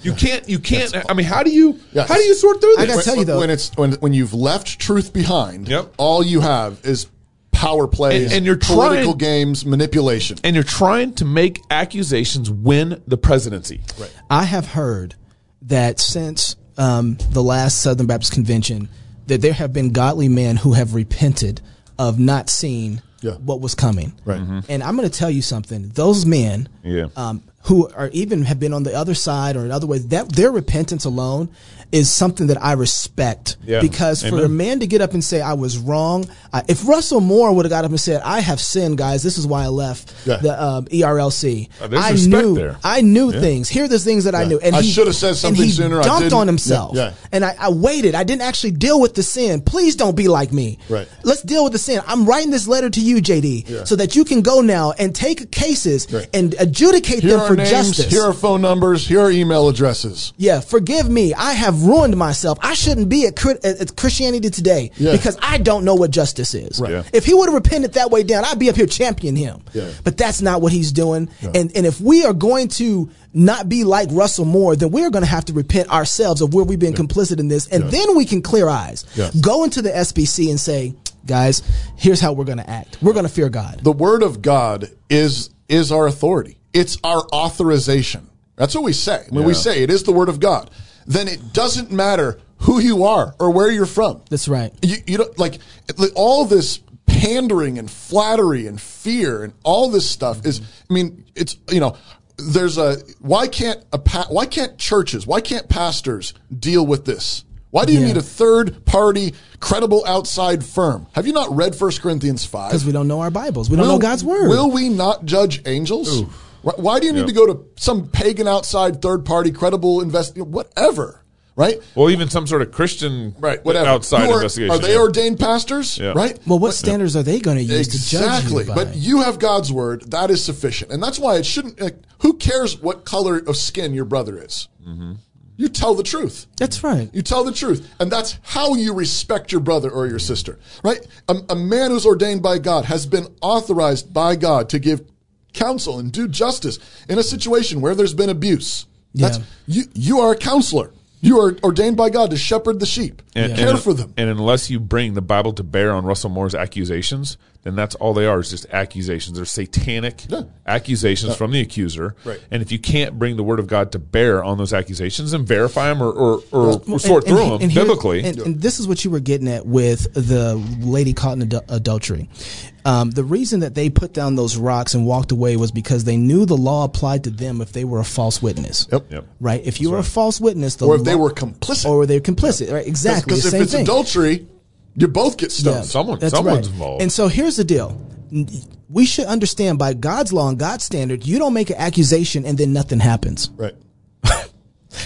Speaker 1: You can't you can't I mean how do you
Speaker 3: Yes.
Speaker 1: how do you sort through this?
Speaker 2: I gotta
Speaker 3: when,
Speaker 2: tell you though-
Speaker 3: when it's when when you've left truth behind,
Speaker 1: Yep.
Speaker 3: all you have is power plays
Speaker 1: And- and you're
Speaker 3: political
Speaker 1: trying-
Speaker 3: games, manipulation.
Speaker 1: and you're trying to make accusations win the presidency. Right.
Speaker 2: I have heard that since um, the last Southern Baptist Convention, that there have been godly men who have repented of not seeing
Speaker 3: Yeah.
Speaker 2: what was coming.
Speaker 3: Right. Mhm.
Speaker 2: And I'm going to tell you something. Those men,
Speaker 1: Yeah.
Speaker 2: um, who are even have been on the other side or in other ways, that their repentance alone is something that I respect
Speaker 1: Yeah.
Speaker 2: because for
Speaker 1: Amen.
Speaker 2: a man to get up and say I was wrong, I, if Russell Moore would have got up and said I have sinned, guys, this is why I left
Speaker 3: Yeah.
Speaker 2: the um, ERLC.
Speaker 1: Uh, there's
Speaker 2: I
Speaker 1: respect
Speaker 2: knew
Speaker 1: there.
Speaker 2: I knew things. Here, there's things that I
Speaker 3: Yeah.
Speaker 2: knew.
Speaker 3: I should have said
Speaker 2: and
Speaker 3: something
Speaker 2: he
Speaker 3: sooner, I
Speaker 2: Dumped
Speaker 3: didn't.
Speaker 2: on himself.
Speaker 3: Yeah, yeah.
Speaker 2: And I, I waited. I didn't actually deal with the sin. Please don't be like me.
Speaker 3: Right.
Speaker 2: Let's deal with the sin. I'm writing this letter to you, JD,
Speaker 3: Yeah.
Speaker 2: so that you can go now and take cases
Speaker 3: Right.
Speaker 2: and adjudicate
Speaker 3: Here
Speaker 2: them
Speaker 3: are
Speaker 2: for
Speaker 3: our names,
Speaker 2: justice.
Speaker 3: here are phone numbers, here are email addresses.
Speaker 2: Yeah, forgive me. I have ruined myself. I shouldn't be at, Chri- at at Christianity today
Speaker 3: Yeah.
Speaker 2: because I don't know what justice is.
Speaker 3: Right. Yeah.
Speaker 2: If he would have repented that way down, I'd be up here championing him.
Speaker 3: Yeah.
Speaker 2: But that's not what he's doing. And and if we are going to not be like Russell Moore, then we're going to have to repent ourselves of where we've been complicit in this, and
Speaker 3: Yeah.
Speaker 2: then we can clear eyes.
Speaker 3: Yes.
Speaker 2: Go into the SBC and say, guys, here's how we're going to act. We're going to fear God.
Speaker 3: The word of God is is our authority. It's our authorization. That's what we say. When we
Speaker 2: Yeah.
Speaker 3: say it is the word of God, then it doesn't matter who you are or where you're from.
Speaker 2: That's right.
Speaker 3: You, you don't like like, all this pandering and flattery and fear and all this stuff is.
Speaker 2: Mm-hmm.
Speaker 3: I mean, it's you know, there's a why can't a pa- why can't churches why can't pastors deal with this? Why do you
Speaker 2: Yeah.
Speaker 3: need a third party credible outside firm? Have you not read 1 Corinthians five?
Speaker 2: Because we don't know our Bibles. We don't
Speaker 3: Will-
Speaker 2: know God's word.
Speaker 3: Will we not judge angels? Wh- Why do you need
Speaker 1: Yeah.
Speaker 3: to go to some pagan outside third party credible invest whatever? Right?
Speaker 1: Well, even some sort of Christian
Speaker 3: Right, whatever.
Speaker 1: outside
Speaker 3: You are,
Speaker 1: investigation.
Speaker 3: Are they
Speaker 1: yeah.
Speaker 3: ordained pastors?
Speaker 1: Yeah.
Speaker 3: Right?
Speaker 2: well, what standards are they going to use
Speaker 3: Exactly.
Speaker 2: to judge you by?
Speaker 3: But you have God's word. That is sufficient. And that's why it shouldn't, like, who cares what color of skin your brother is?
Speaker 1: Mm-hmm.
Speaker 3: You tell the truth.
Speaker 2: That's right.
Speaker 3: You tell the truth. And that's how you respect your brother or your sister, right? A, a man who's ordained by God has been authorized by God to give counsel and do justice in a situation where there's been abuse. That's, you, you are a counselor. You are ordained by God to shepherd the sheep, care for them.
Speaker 1: And unless you bring the Bible to bear on Russell Moore's accusations, then that's all they are is just accusations. They're satanic accusations from the accuser.
Speaker 3: Right.
Speaker 1: And if you can't bring the Word of God to bear on those accusations and verify them or, or, or
Speaker 2: Well,
Speaker 1: sort
Speaker 2: and-
Speaker 1: through
Speaker 2: and-
Speaker 1: them
Speaker 2: and here-
Speaker 1: biblically,
Speaker 2: And, and this is what you were getting at with the lady caught in adul- adultery. Um, the reason that they put down those rocks and walked away was because they knew the law applied to them if they were a false witness.
Speaker 3: Yep.
Speaker 2: Right? If you were a false witness, the
Speaker 3: Or if they
Speaker 2: law-
Speaker 3: were complicit.
Speaker 2: Or they were complicit. Right? Exactly.
Speaker 3: Because
Speaker 2: Same
Speaker 3: if it's
Speaker 2: thing.
Speaker 3: adultery, you both get stoned.
Speaker 2: that's right. And so here's the deal. N- We should understand by God's law and God's standard, you don't make an accusation and then nothing happens.
Speaker 3: Right.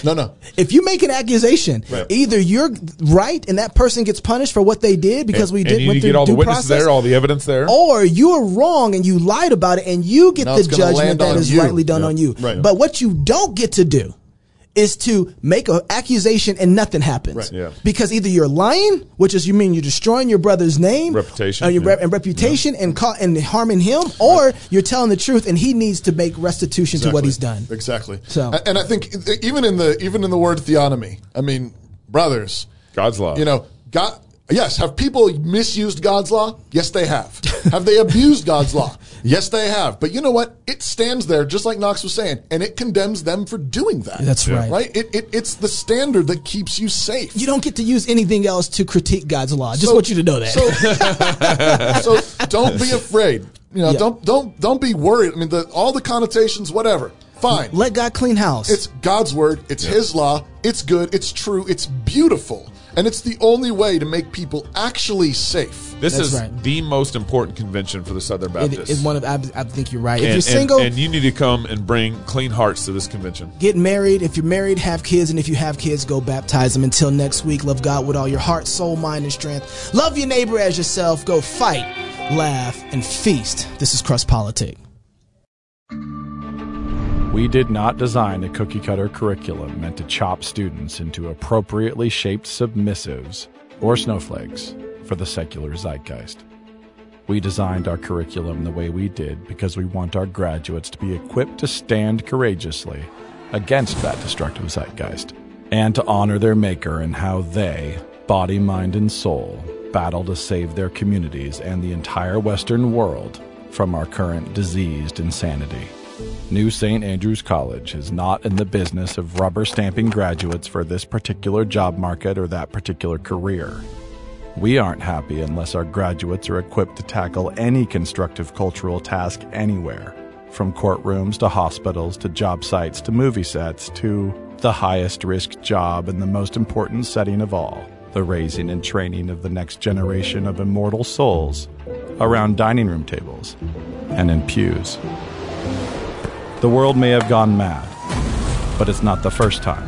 Speaker 3: No, no.
Speaker 2: If you make an accusation,
Speaker 3: Right.
Speaker 2: either you're right and that person gets punished for what they did because we
Speaker 1: and
Speaker 2: did
Speaker 1: you
Speaker 2: went
Speaker 1: need to
Speaker 2: through
Speaker 1: get all the
Speaker 2: due
Speaker 1: witnesses
Speaker 2: process,
Speaker 1: there, all the evidence there.
Speaker 2: or you're wrong and you lied about it, and you get
Speaker 1: Now
Speaker 2: the
Speaker 1: it's gonna
Speaker 2: judgment
Speaker 1: land
Speaker 2: that
Speaker 1: on
Speaker 2: is
Speaker 1: you.
Speaker 2: rightly done
Speaker 1: Yeah.
Speaker 2: on you.
Speaker 1: Right.
Speaker 2: But what you don't get to do is to make an accusation and nothing happens.
Speaker 1: Right. Yeah.
Speaker 2: Because either you're lying, which is you mean you're destroying your brother's name,
Speaker 1: Reputation,
Speaker 2: uh, your
Speaker 1: yeah.
Speaker 2: rep- and reputation, and ca- and harming him, or you're telling the truth and he needs to make restitution to what he's done.
Speaker 3: Exactly.
Speaker 2: So-
Speaker 3: A- and I think even in the even in the word theonomy, I mean, brothers,
Speaker 1: God's law.
Speaker 3: you know, God. Yes, have people misused God's law? Yes, they have. have they abused God's law? Yes, they have. But you know what? It stands there, just like Knox was saying, and it condemns them for doing that.
Speaker 2: That's Yeah. right.
Speaker 3: Right? It, it, it's the standard that keeps you safe.
Speaker 2: You don't get to use anything else to critique God's law. Just
Speaker 3: So-
Speaker 2: want you to know that.
Speaker 3: so don't be afraid. You know, don't don't don't be worried. I mean, the, all the connotations, whatever. Fine.
Speaker 2: Let God clean house.
Speaker 3: It's God's word. It's His law. It's good. It's true. It's beautiful, and it's the only way to make people actually safe.
Speaker 1: this
Speaker 2: That's
Speaker 1: is
Speaker 2: right.
Speaker 1: the most important convention for the Southern
Speaker 2: It-
Speaker 1: Baptists.
Speaker 2: it's one of I, I think you're right.
Speaker 1: and,
Speaker 2: if you're
Speaker 1: and-
Speaker 2: single,
Speaker 1: and you need to come and bring clean hearts to this convention.
Speaker 2: Get married. If you're married, have kids. And if you have kids, go baptize them. Until next week, love God with all your heart, soul, mind, and strength. Love your neighbor as yourself. Go fight, laugh, and feast. This is Crust Politic.
Speaker 14: We did not design a cookie cutter curriculum meant to chop students into appropriately shaped submissives or snowflakes for the secular zeitgeist. We designed our curriculum the way we did because we want our graduates to be equipped to stand courageously against that destructive zeitgeist and to honor their maker and how they, body, mind, and soul, battle to save their communities and the entire Western world from our current diseased insanity. New St. Andrews College is not in the business of rubber stamping graduates for this particular job market or that particular career. We aren't happy unless our graduates are equipped to tackle any constructive cultural task anywhere, from courtrooms to hospitals to job sites to movie sets to the highest risk job and the most important setting of all the raising and training of the next generation of immortal souls around dining room tables and in pews. The world may have gone mad, but it's not the first time.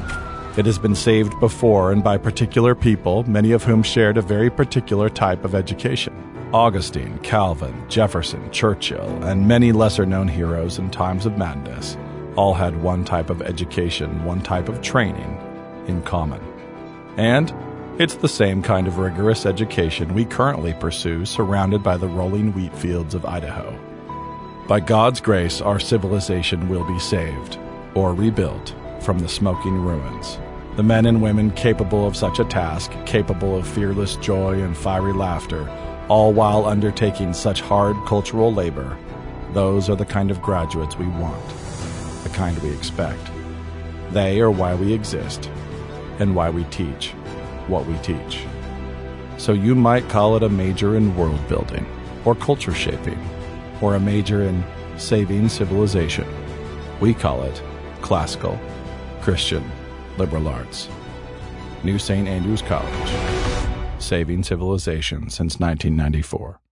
Speaker 14: It has been saved before and by particular people, many of whom shared a very particular type of education. Augustine, Calvin, Jefferson, Churchill, and many lesser known heroes in times of madness all had one type of education, one type of training in common. And it's the same kind of rigorous education we currently pursue surrounded by the rolling wheat fields of Idaho. By God's grace, our civilization will be saved or rebuilt from the smoking ruins. The men and women capable of such a task, capable of fearless joy and fiery laughter, all while undertaking such hard cultural labor, those are the kind of graduates we want, the kind we expect. They are why we exist and why we teach what we teach. So you might call it a major in world building or culture shaping or a major in saving civilization. We call it classical, Christian, liberal arts. New St. Andrews College, saving civilization since 1994.